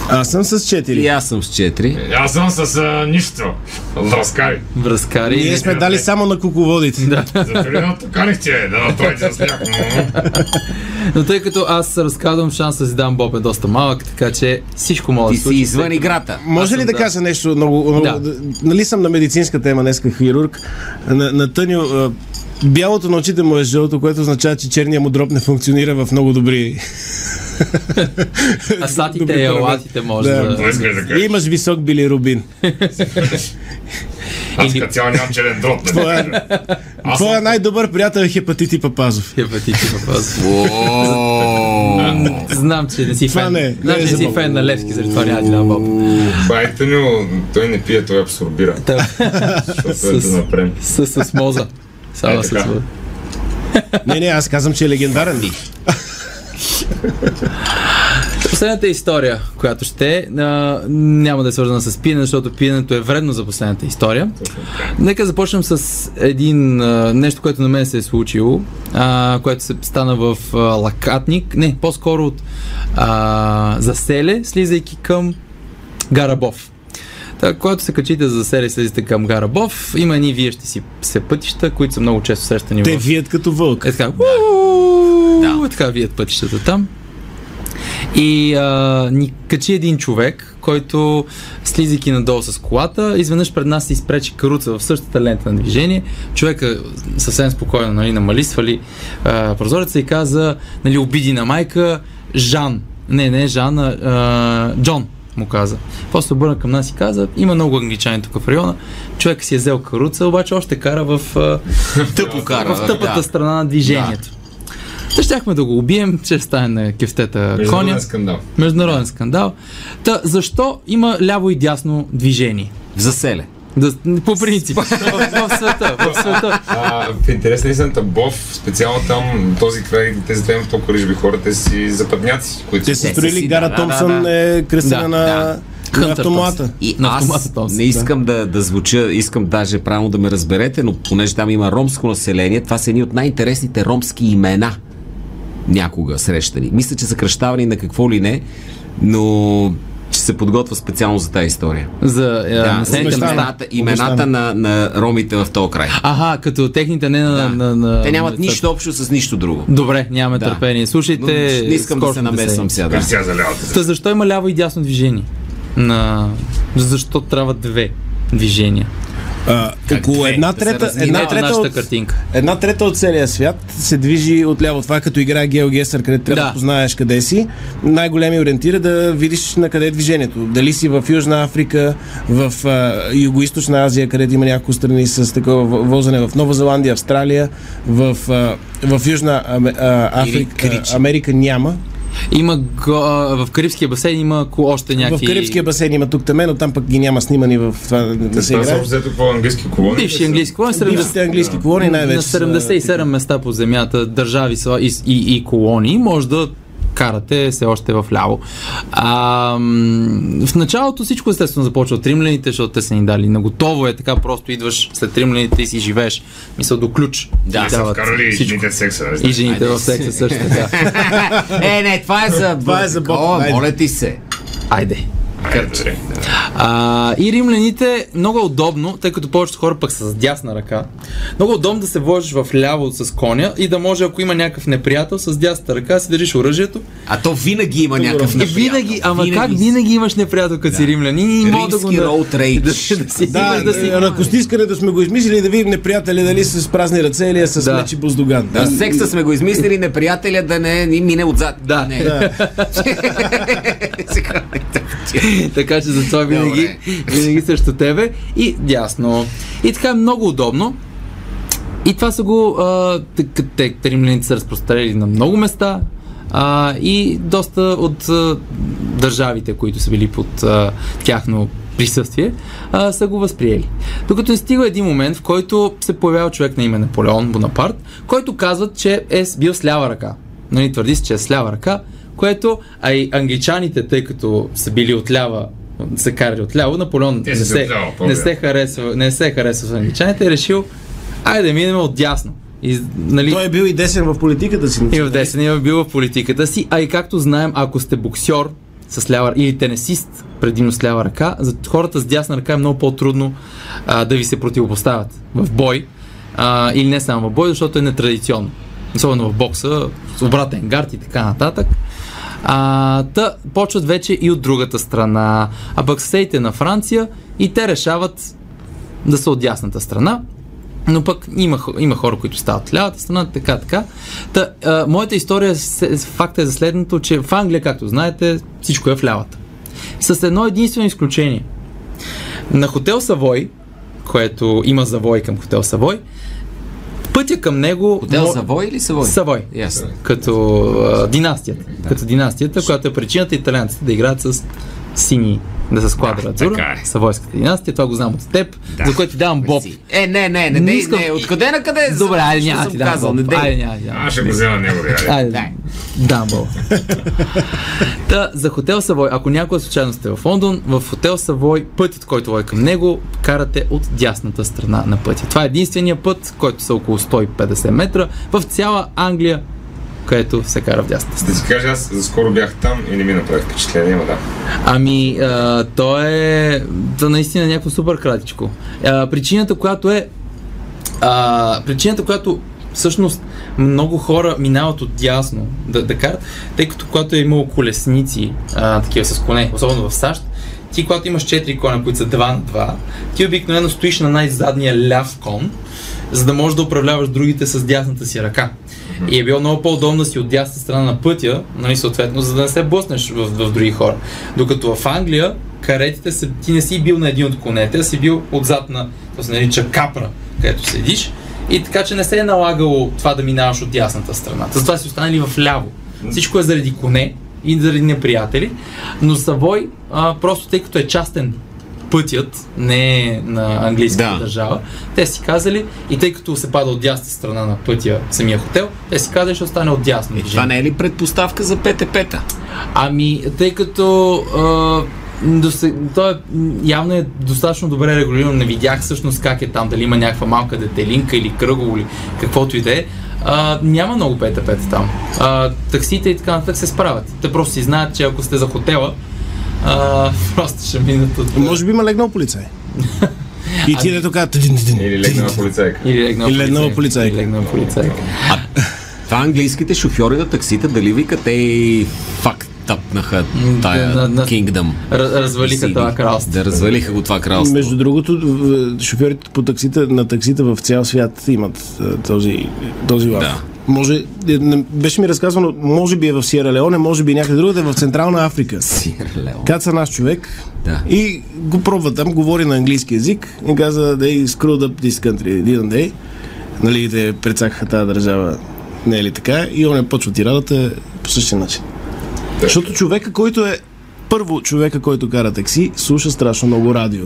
Аз съм с
И
4.
аз съм с
Е,
4.
Аз съм с а, нищо. Разкари.
Връзкари.
Ние сме дали само на куководите. Да.
За период канихте да
е
дойдете с някого.
Но тъй като аз разказвам, шанса си дам Боб е доста малък, така че всичко може
Ти
да се
си
случи.
извън играта.
Може
Аз
ли
съм,
да
да.
кажа нещо много... много
Да.
да. Нали съм на медицинска тема днеска хирург. На, на Тъню а, бялото на очите му е жълто, което означава, че черният му дроб не функционира в много добри...
А сатите
Добре,
и
добре.
елатите може
Да.
да...
Това искаш да
И
кажеш.
имаш висок билирубин.
Аз като цял нямам черен дроб. не
нали?
Това е-
знам. Аз
Твоя
съм...
най-добър приятел е хепатити Папазов.
Хепатити въпрос. Знам, че не си
Това
фен.
не е.
Знам,
Не е
че
за
не Значи си
Боб.
фен на Левски, заради това няма да ти дам Боб.
Байта ни, той не пие, той абсорбира.
Та,
Защото е
С-
да напрем.
С, с моза.
Е,
Само с
така.
моза.
Не, не, аз казвам, че е легендарен.
Последната история, която ще е, а, няма да е свързана с пиене, защото пиенето е вредно за последната история. Нека започнем с един а, нещо, което на мен се е случило, а, което се стана в а, Лакатник, не, по-скоро от а, Заселе, слизайки към Гарабов. Та, когато се качите за Заселе и слизате към Гарабов, има едни виещи си се пътища, които са много често срещани
Те
в
вият като вълк.
е така. Да. Е така вият пътищата там. И а, ни качи един човек, който слизайки надолу с колата, изведнъж пред нас се изпречи каруца в същата лента на движение. Човека съвсем спокойно нали, намали, свали а, прозореца и каза, нали, обиди на майка, Жан. Не, не Жан, а, а, Джон му каза. После се обърна към нас и каза, има много англичани тук в района. Човек си е взел каруца, обаче още кара в а,
Тъпо кара.
в тъпата
да.
страна на движението. Та щяхме да го убием, че стане на кефтета коня.
Международен скандал.
Международен скандал. Та защо има ляво и дясно движение?
В заселе.
Да, по принцип. в, в света, в света.
А, в интерес на истината, Бов, специално там, този край, тези две толкова рижби хора, те си западняци, които
Те
са-
са
Те са
строили
си,
Гара
да, да,
Томпсън
да.
е кръстена
Да,
на,
да.
на
Хънтър
автомата.
Томпсън.
И
На
аз
автомата Томс,
не искам да, да звуча, искам даже правилно да ме разберете, но понеже там има ромско население, това са едни от най-интересните ромски имена някога срещани. Мисля, че са кръщавани на какво ли не, но че се подготвя специално за тази история.
За е,
Да,
населените
обещано.
места.
имената, имената на, на ромите в този край.
Аха, като техните не на...
Да.
на, на
Те
на-
нямат нищо общо с нищо друго.
Добре, нямаме
Да.
търпение.
Но
Слушайте...
не искам да се
скорото
намесвам сега. Да.
Кажи сега за лявата.
Та защо има ляво и дясно движение? На... Защо трябва две движения?
А, около една
да се
трета,
разминава
една
Ето
трета,
нашата
от,
картинка.
една трета от целия свят се движи отляво. Това е като игра GeoGuessr, където трябва да.
Да.
познаеш къде си. Най-големият ориентир е да видиш на къде е движението. Дали си в Южна Африка, в а, Юго-Источна Азия, където има няколко страни с такова в- возене, в Нова Зеландия, Австралия, в, а, в Южна Аме- а, Африка,
Кричи.
Америка няма.
Има го, а, в Карибския басейн има ко- още някакви...
В Карибския басейн има тук теме, но там пък ги няма снимани в това да се
Това са
играе.
общо взето какво английски колони.
Бивши английски колони, 70...
Бившите английски колони най-вече.
на
са-
77 места по земята, държави са и, и, и колонии, може да карате все още в ляво. А, м, в началото всичко естествено започва от римляните, защото те са ни дали наготово е така, просто идваш след римляните и си живееш, мисъл до ключ.
Да.
Ти
Са
дават
вкарали и
всичко.
жените в секса, нали?
Е,
И жените в секса също така.
Е, не, това е за...
Това е за Бог,
О,
айде.
моля ти се.
Айде.
Айде, добре.
А, и римляните много е удобно, тъй като повечето хора пък са с дясна ръка, много е удобно да се вложиш в ляво с коня и да може, ако има някакъв неприятел, с дясната ръка си държиш оръжието.
А то винаги има някакъв
И
неприятел.
винаги, ама как винаги имаш неприятел, като си римлян? И не мога да го...
Римски
на-
роуд рейдж.
Да, си- да си
Да,
имаш да си...
на костискането сме го измислили да видим неприятели дали са с празни ръце или е с
Да.
мечи буздоган.
Да, секса сме го измислили, неприятеля да не ни мине отзад.
Да.
не. Сега,
така че затова винаги, винаги срещу тебе и дясно. И така е много удобно. И това са го, а, те, те, те римляните са разпространили на много места а, и доста от а, държавите, които са били под а, тяхно присъствие, а, са го възприели. Докато стига един момент, в който се появява човек на име Наполеон Бонапарт, който казва, че е бил с лява ръка. Нали, твърди се, че е с лява ръка, което, а и англичаните, тъй като са били отлява се карали отляво, Наполеон
Те
не
са се
се,
отляво,
не,
по-добре.
се харесва, не се харесва с англичаните и е решил, айде да минем от дясно. И, нали,
Той е бил и десен в политиката си.
и в десен е бил в политиката си, а и както знаем, ако сте боксьор с лява или тенесист, предимно с лява ръка, за хората с дясна ръка е много по-трудно а, да ви се противопоставят в бой. А, или не само в бой, защото е нетрадиционно. Особено в бокса, с обратен гард и така нататък. А, та почват вече и от другата страна. А пък съседите на Франция и те решават да са от дясната страна. Но пък има, хо- има хора, които стават от лявата страна, така, така. Та, а, моята история, с, с- факта е за следното, че в Англия, както знаете, всичко е в лявата. С едно единствено изключение. На хотел Савой, което има завой към хотел Савой, пътя към него...
Дел
мо-
Савой Е. или Савой?
Савой
Ясно.
като а, династията. Да. Като династията, която е причината италианците да играят с сини, да с квадратура.
така е.
Савойската династия, това го знам от теб, да. за което ти давам боб.
Е, не, не, не,
Не
не,
искам-
не, откъде на къде?
Добре, айде
Нищо
няма
съм
ти дам
казал, не
боб.
дей.
Айде няма ти дам.
Аз ще го взема него, да.
Айде,
Дай.
дам боб. Та, за хотел Савой, ако някоя случайно сте в Лондон, в хотел Савой, пътят, който води към него, карате от дясната страна на пътя. Това е единствения път, който са около 150 метра в цяла Англия, където се кара в дясната страна.
Да ти кажа, аз скоро бях там и не ми направи впечатление, ама да.
Ами, а, то е то наистина е някакво супер кратичко. А, причината, която е а, причината, която всъщност много хора минават от дясно да, да карат, тъй като когато е имало колесници, а, такива с коне, особено в САЩ, ти когато имаш 4 кона, които са 2 на 2, ти обикновено стоиш на най-задния ляв кон, за да можеш да управляваш другите с дясната си ръка. И е било много по-удобно да си от дясната страна на пътя, нали, съответно, за да не се блъснеш в, в други хора. Докато в Англия каретите са, ти не си бил на един от конете, а си бил отзад на, то се нарича капра, където седиш. И така, че не се е налагало това да минаваш от дясната страна. Затова си останали в ляво. Всичко е заради коне и заради неприятели, но Савой, а, просто тъй като е частен пътят, не е на английската
Да.
да държава. Те си казали, и тъй като се пада от дясна страна на пътя самия хотел, те си казали, ще остане от дясно.
Това не е ли предпоставка за ПТП-та?
е-
Ами, тъй като а, досег... той е, м, явно е достатъчно добре регулирано, не видях всъщност как е там, дали има някаква малка детелинка или кръгово или каквото и да е. А, няма много ПТП-та там. А, таксите и така нататък се справят. Те просто си знаят, че ако сте за хотела, а, просто ще минат от...
Може би има легнал полицай. И ти дето казват... «Тин, тин, тин,
Или легна на полицайка.
Или легнал
Или легнала полицайка.
Или легнала полицайка.
Това английските шофьори на таксита, дали викат и факт тъпнаха тая
да, да.
Kingdom.
Раз- Развалиха
Сиди.
това кралство.
Да развалиха го това кралство.
Между другото, в- шофьорите по таксита, на таксита в цял свят имат а, този, този лав.
Да.
Може, е, не- беше ми разказано, може би е в Сиера Леоне, може би някъде другаде, в Централна Африка.
Сирлеон.
Каца наш човек
Да.
и го пробва там, говори на английски язик и каза they screwed up this country didn't they? Нали, те прецакаха тази държава. Не е ли така? И он е почва тирадата по същия начин. Защото човека, който е първо човека, който кара такси, слуша страшно много радио.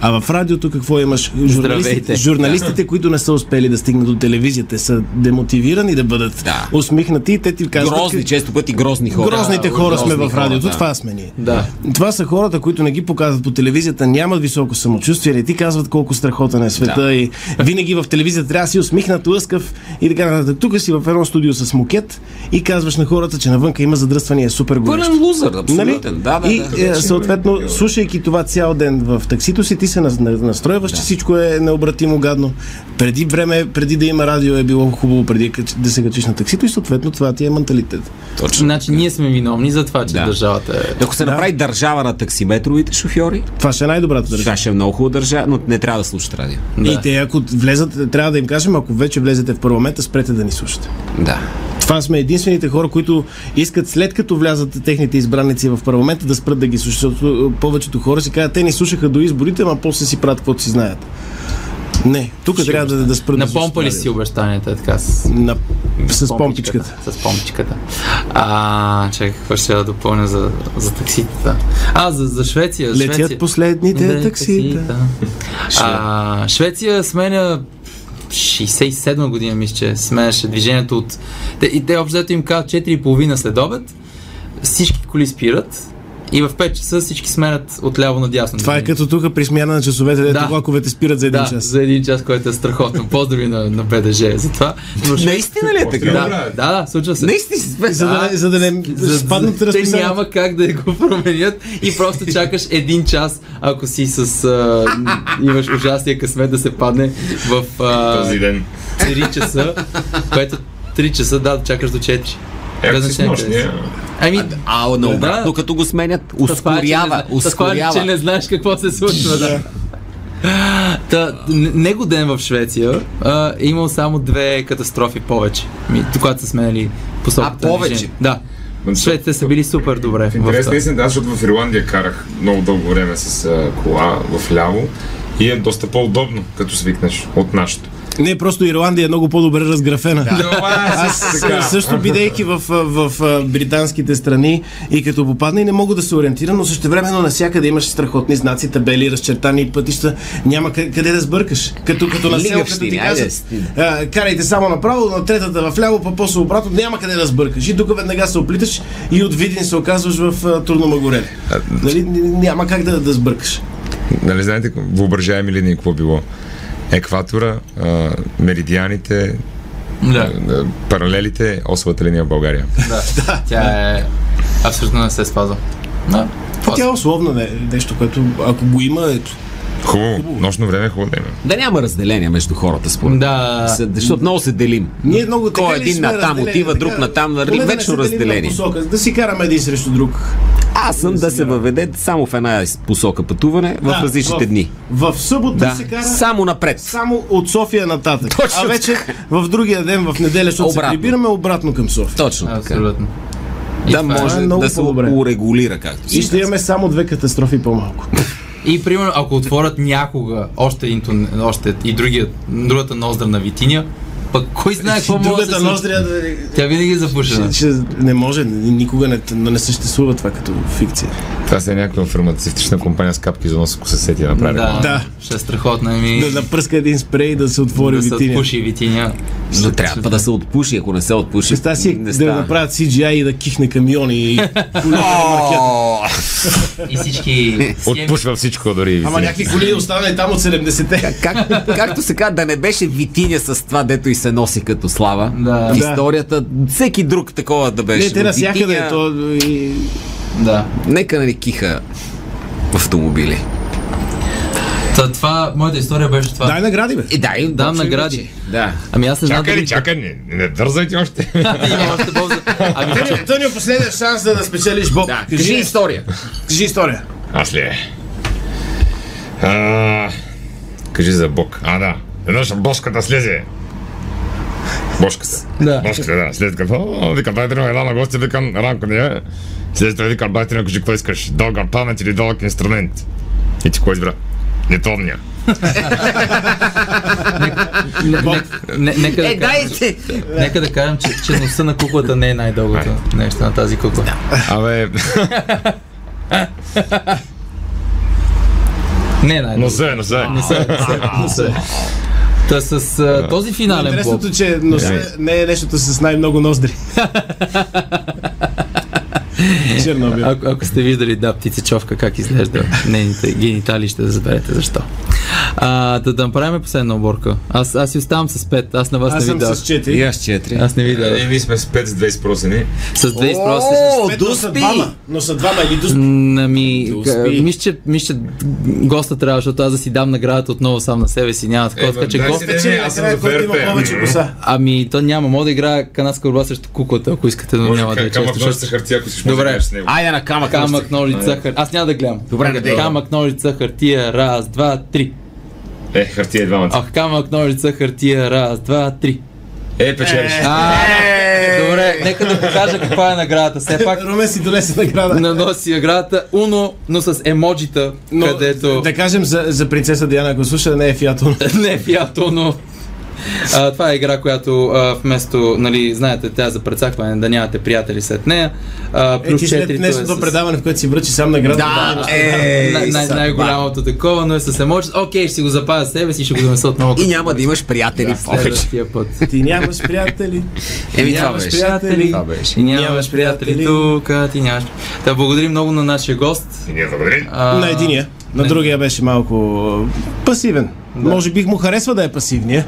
А в радиото какво имаш? Журналистите,
Здравейте.
журналистите които не са успели да стигнат до телевизията, са демотивирани да бъдат
Да.
усмихнати и те ти казват...
Грозни, често пъти грозни хора.
Грозните
Да,
хора сме
грозни
в радиото,
да.
това сме ние.
Да.
Това са хората, които не ги показват по телевизията, нямат високо самочувствие, не ти казват колко страхотен е света да. и винаги в телевизията трябва да си усмихнат, лъскав и така нататък. Тук си в едно студио с мукет и казваш на хората, че навънка има задръствания е супер горещо.
Пълен лузър,
Нали?
абсолютен. Да, да,
и
да.
е, съответно, слушайки това цял ден в таксито си, ти се на- на- настройваш, че всичко е необратимо гадно. Преди време, преди да има радио, е било хубаво преди кач- да се качиш на таксито и съответно това ти е менталитет.
Точно.
Значи ние сме виновни за това, че
Да.
държавата е...
Ако се направи държава на таксиметровите шофьори,
Това ще е най-добрата държава.
това ще е много хубава държава, но не трябва да слушат радио.
Да.
И те, ако влезат, трябва да им кажем, ако вече влезете в парламента, спрете да ни слушате.
Да.
Това сме единствените хора, които искат след като влязат техните избраници в парламента да спрат да ги слушат, защото е, повечето хора си казват, те ни слушаха до изборите, ама после си правят каквото си знаят. Не, тук
Ще
трябва да, да спра да
Напомпали
се
си обещанията, така. С...
На... С помпичката.
С помпичката. А, чакай, какво ще да допълня за, за такситата? А, за, за Швеция. Швеция.
Летят последните
Да,
таксита.
А, Швеция сменя 67 година, мисля, че сменяше движението от... Те, и те общо взето им казват 4,5 след обед, всички коли спират и в 5 часа всички сменят от ляво на дясно.
Това е като тук при смяна на часовете, дето
Да.
влаковете спират за един
да,
час.
за един час, което е страхотно. Поздрави на, на БДЖ за това. Но ще-
Наистина ли е така?
да, да, да, случва се.
Наистина си сме.
За да, не- за да не спаднат
те
разписанието.
няма как да го променят и просто чакаш един час, ако си с... А, имаш ужасния късмет да се падне в... А,
Този
Е,
ден.
3 часа, което 3 часа, да, чакаш до 4.
Е, ако
Без
си с
значение
нощ,
къде си.
ние-
Ами,
А, на обратно, като го сменят,
това е, че не
ускорява,
зна- Това, е, че
ускорява.
не знаеш какво се случва, да. Та, н- него ден в Швеция а, е имал само две катастрофи повече, ми, когато са сменяли посоката.
А,
на
повече?
движение. Да.
М,
Шведите са били супер добре.
В интерес
това.
на истината, аз, защото в Ирландия карах много дълго време с а, кола в ляво и е доста по-удобно, като свикнеш от нашото.
Не, просто Ирландия е много по-добре разграфена. Аз също бидейки в, а, в, а, британските страни и като попадна и не мога да се ориентирам, но също времено навсякъде имаш страхотни знаци, табели, разчертани пътища. Няма къде, къде да сбъркаш. Като, като на село,
Лигаш
като
ти,
ти
айде,
казват,
стига.
а, карайте само направо, на третата в ляво, па после обратно, няма къде да сбъркаш. И тук веднага се оплиташ и от Видин се оказваш в а, Турномагорен. Нали, н- няма как да, да сбъркаш.
Нали знаете, въображаеми линии какво било? Екватора, а, меридианите,
Да.
а, паралелите, осовата линия в България.
Тя е... Абсолютно не се спазва. Да.
Тя е условна не, нещо, което ако го има, ето.
Хубаво, нощно време е хубаво да има.
Да няма разделение между хората, според мен.
Да.
Се- Защото много се делим.
Ние много така
Кой
ли
един
сме
на там
разделени,
отива, друг
така?
на там, нали,
Поне да не
вечно
се делим на
разделение.
посока, Да си караме един срещу друг.
Аз съм да се въведе само в една посока пътуване в
Да,
различните
в-
дни.
В събота
Да,
се кара само...
само напред.
от София нататък.
Точно
а вече в другия ден, в неделя, защото
Обратно.
се прибираме обратно към София.
Точно така.
Абсолютно.
Да
това е
може
много
да се
по-добре.
урегулира както
И
си.
ще имаме само две катастрофи по-малко.
И примерно, ако отворят някога още, един, тун- още и другия, другата ноздра на Витиня, пък кой знае какво може да се
Другата
случи?
нощ трябва да...
Тя винаги е запушена.
Ще, ще, не може, никога не, но не съществува това като фикция.
Това се е някаква фармацевтична компания с капки за нос, ако се сети направи.
Да,
Да.
ще е страхотно. Ами,
Да напръска един спрей и да се отвори
да се
витиня.
отпуши Витиня.
Но трябва да се отпуши, ако не се отпуши.
Представя си
не
да
става.
направят CGI и да кихне камиони и коли на маркета.
О,
И всички схеми.
Отпушва всичко дори. и
Ама някакви коли останали там от 70-те.
Как, както се казва, да не беше Витиня с това, дето и се носи като слава.
Да.
В Историята, всеки друг такова да беше.
Не, Е,
Е,
те
От
навсякъде.
Витиня-
То, и...
Да.
Нека не ни киха автомобили.
Та, това, моята история беше това.
Дай награди, бе.
И Е, да, и
Дам
общо
награди.
иначе. Да.
Ами аз не знам
Чакай,
дали...
чакай, не, не дързайте още.
Има още по-за- Ами,
Тъню, Тъню, последен шанс да, да спечелиш Бог.
Да, кажи история.
кажи история.
Аз ли е? А, кажи за Бог. А, да. Веднъж бошката слезе. Бошката.
Да.
Бошката, да. След какво? Вика, байте на една на гости, викам, ранко не е. След това вика, байте на кажи, какво искаш? Дълга памет или дълъг инструмент? И ти кой избра? Не помня.
не- не- не- нека да
Е,
кажем-
дайте!
Нека да кажем, че, че носа на куклата не е най-дългото нещо на тази кукла.
Абе,
Не е най-дългото.
носе, носе.
Та с а, този финален блок.
Интересното, че носе не е нещото с най-много ноздри. Чернобил.
Ако, ако сте виждали, да, птицечовка как изглежда нейните генитали, ще разберете защо. А, да, да направим последна оборка. Аз, аз си оставам с 5, аз на вас
Аз
не ви
съм
дадох.
с 4.
аз четири.
Аз не ви дадох.
Ние сме с 5 с 2 изпросени.
С две изпроси.
О,
Но са
дуспи!
двама. Но са двама или дуспи.
М, Ами,
Да успи.
ка- мисля, че- мисля, че госта трябва, защото аз да си дам наградата отново сам на себе си. Няма такова,
Е,
така
бе,
че
дай
гост...
си- Не, не,
Печели
аз съм
накрая,
за
който има
ФРП.
повече коса.
Ами, то няма. Мога да играя канадска борба срещу куклата, ако искате, но
Може
няма да е
да камък,
често.
ножица,
защото-
хартия, ако си
Добре.
шмъкнеш с него.
Айде на камък.
Камък, ножица, хартия. Аз няма да гледам.
Добре, не гледай.
Камък, ножица, хартия, раз, два, три.
Е, хартия и двамата.
Ах, камък, ножица, хартия, раз, два, три.
Е, печелиш.
А,
Е.
добре, нека да покажа каква е наградата. Все пак
Румен си донесе награда.
наноси наградата Уно, но с емоджита,
Но,
където
да кажем за, за принцеса Диана, ако слуша, не е фиатон.
не е фиат Уно. А, това е игра, която а, вместо, нали, знаете, тя е за прецакване, да нямате приятели след нея. А,
Е,
плюс
ти
4,
след днешното предаване, в което си връчи сам награда.
Да, е,
най- най-
съдба.
най-голямото такова, но е с емоджи. Окей, ще си го запазя себе си и ще го донеса отново.
И няма да имаш приятели повече.
Следващия път.
Ти нямаш приятели.
Еми това
нямаш
беше.
приятели.
Това беше.
Ти нямаш приятели тук, ти нямаш. Да, благодарим много на нашия гост.
И ние благодарим.
А,
На единия. На другия беше малко а, пасивен. Може бих му харесва да е пасивния.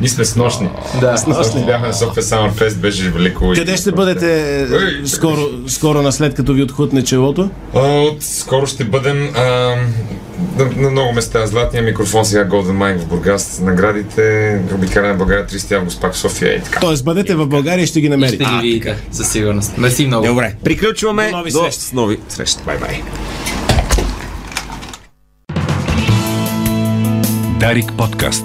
Ние сме снощни.
Да.
Снощни бяхме на София Summer Fest, беше велико. и-
Къде ще бъдете е,
Ей.
скоро, скоро наслед като ви отхутне челото?
А, От скоро ще бъдем а, на, на много места. Златния микрофон сега Golden Mine в Бургас. Наградите, обикаляне България 30 август пак в София и така.
Тоест бъдете в България и ще ги намерите.
Ще ги видите, със сигурност. Мерси много.
Добре, приключваме
До нови
до
срещи.
нови срещи. Бай-бай.
Дарик подкаст.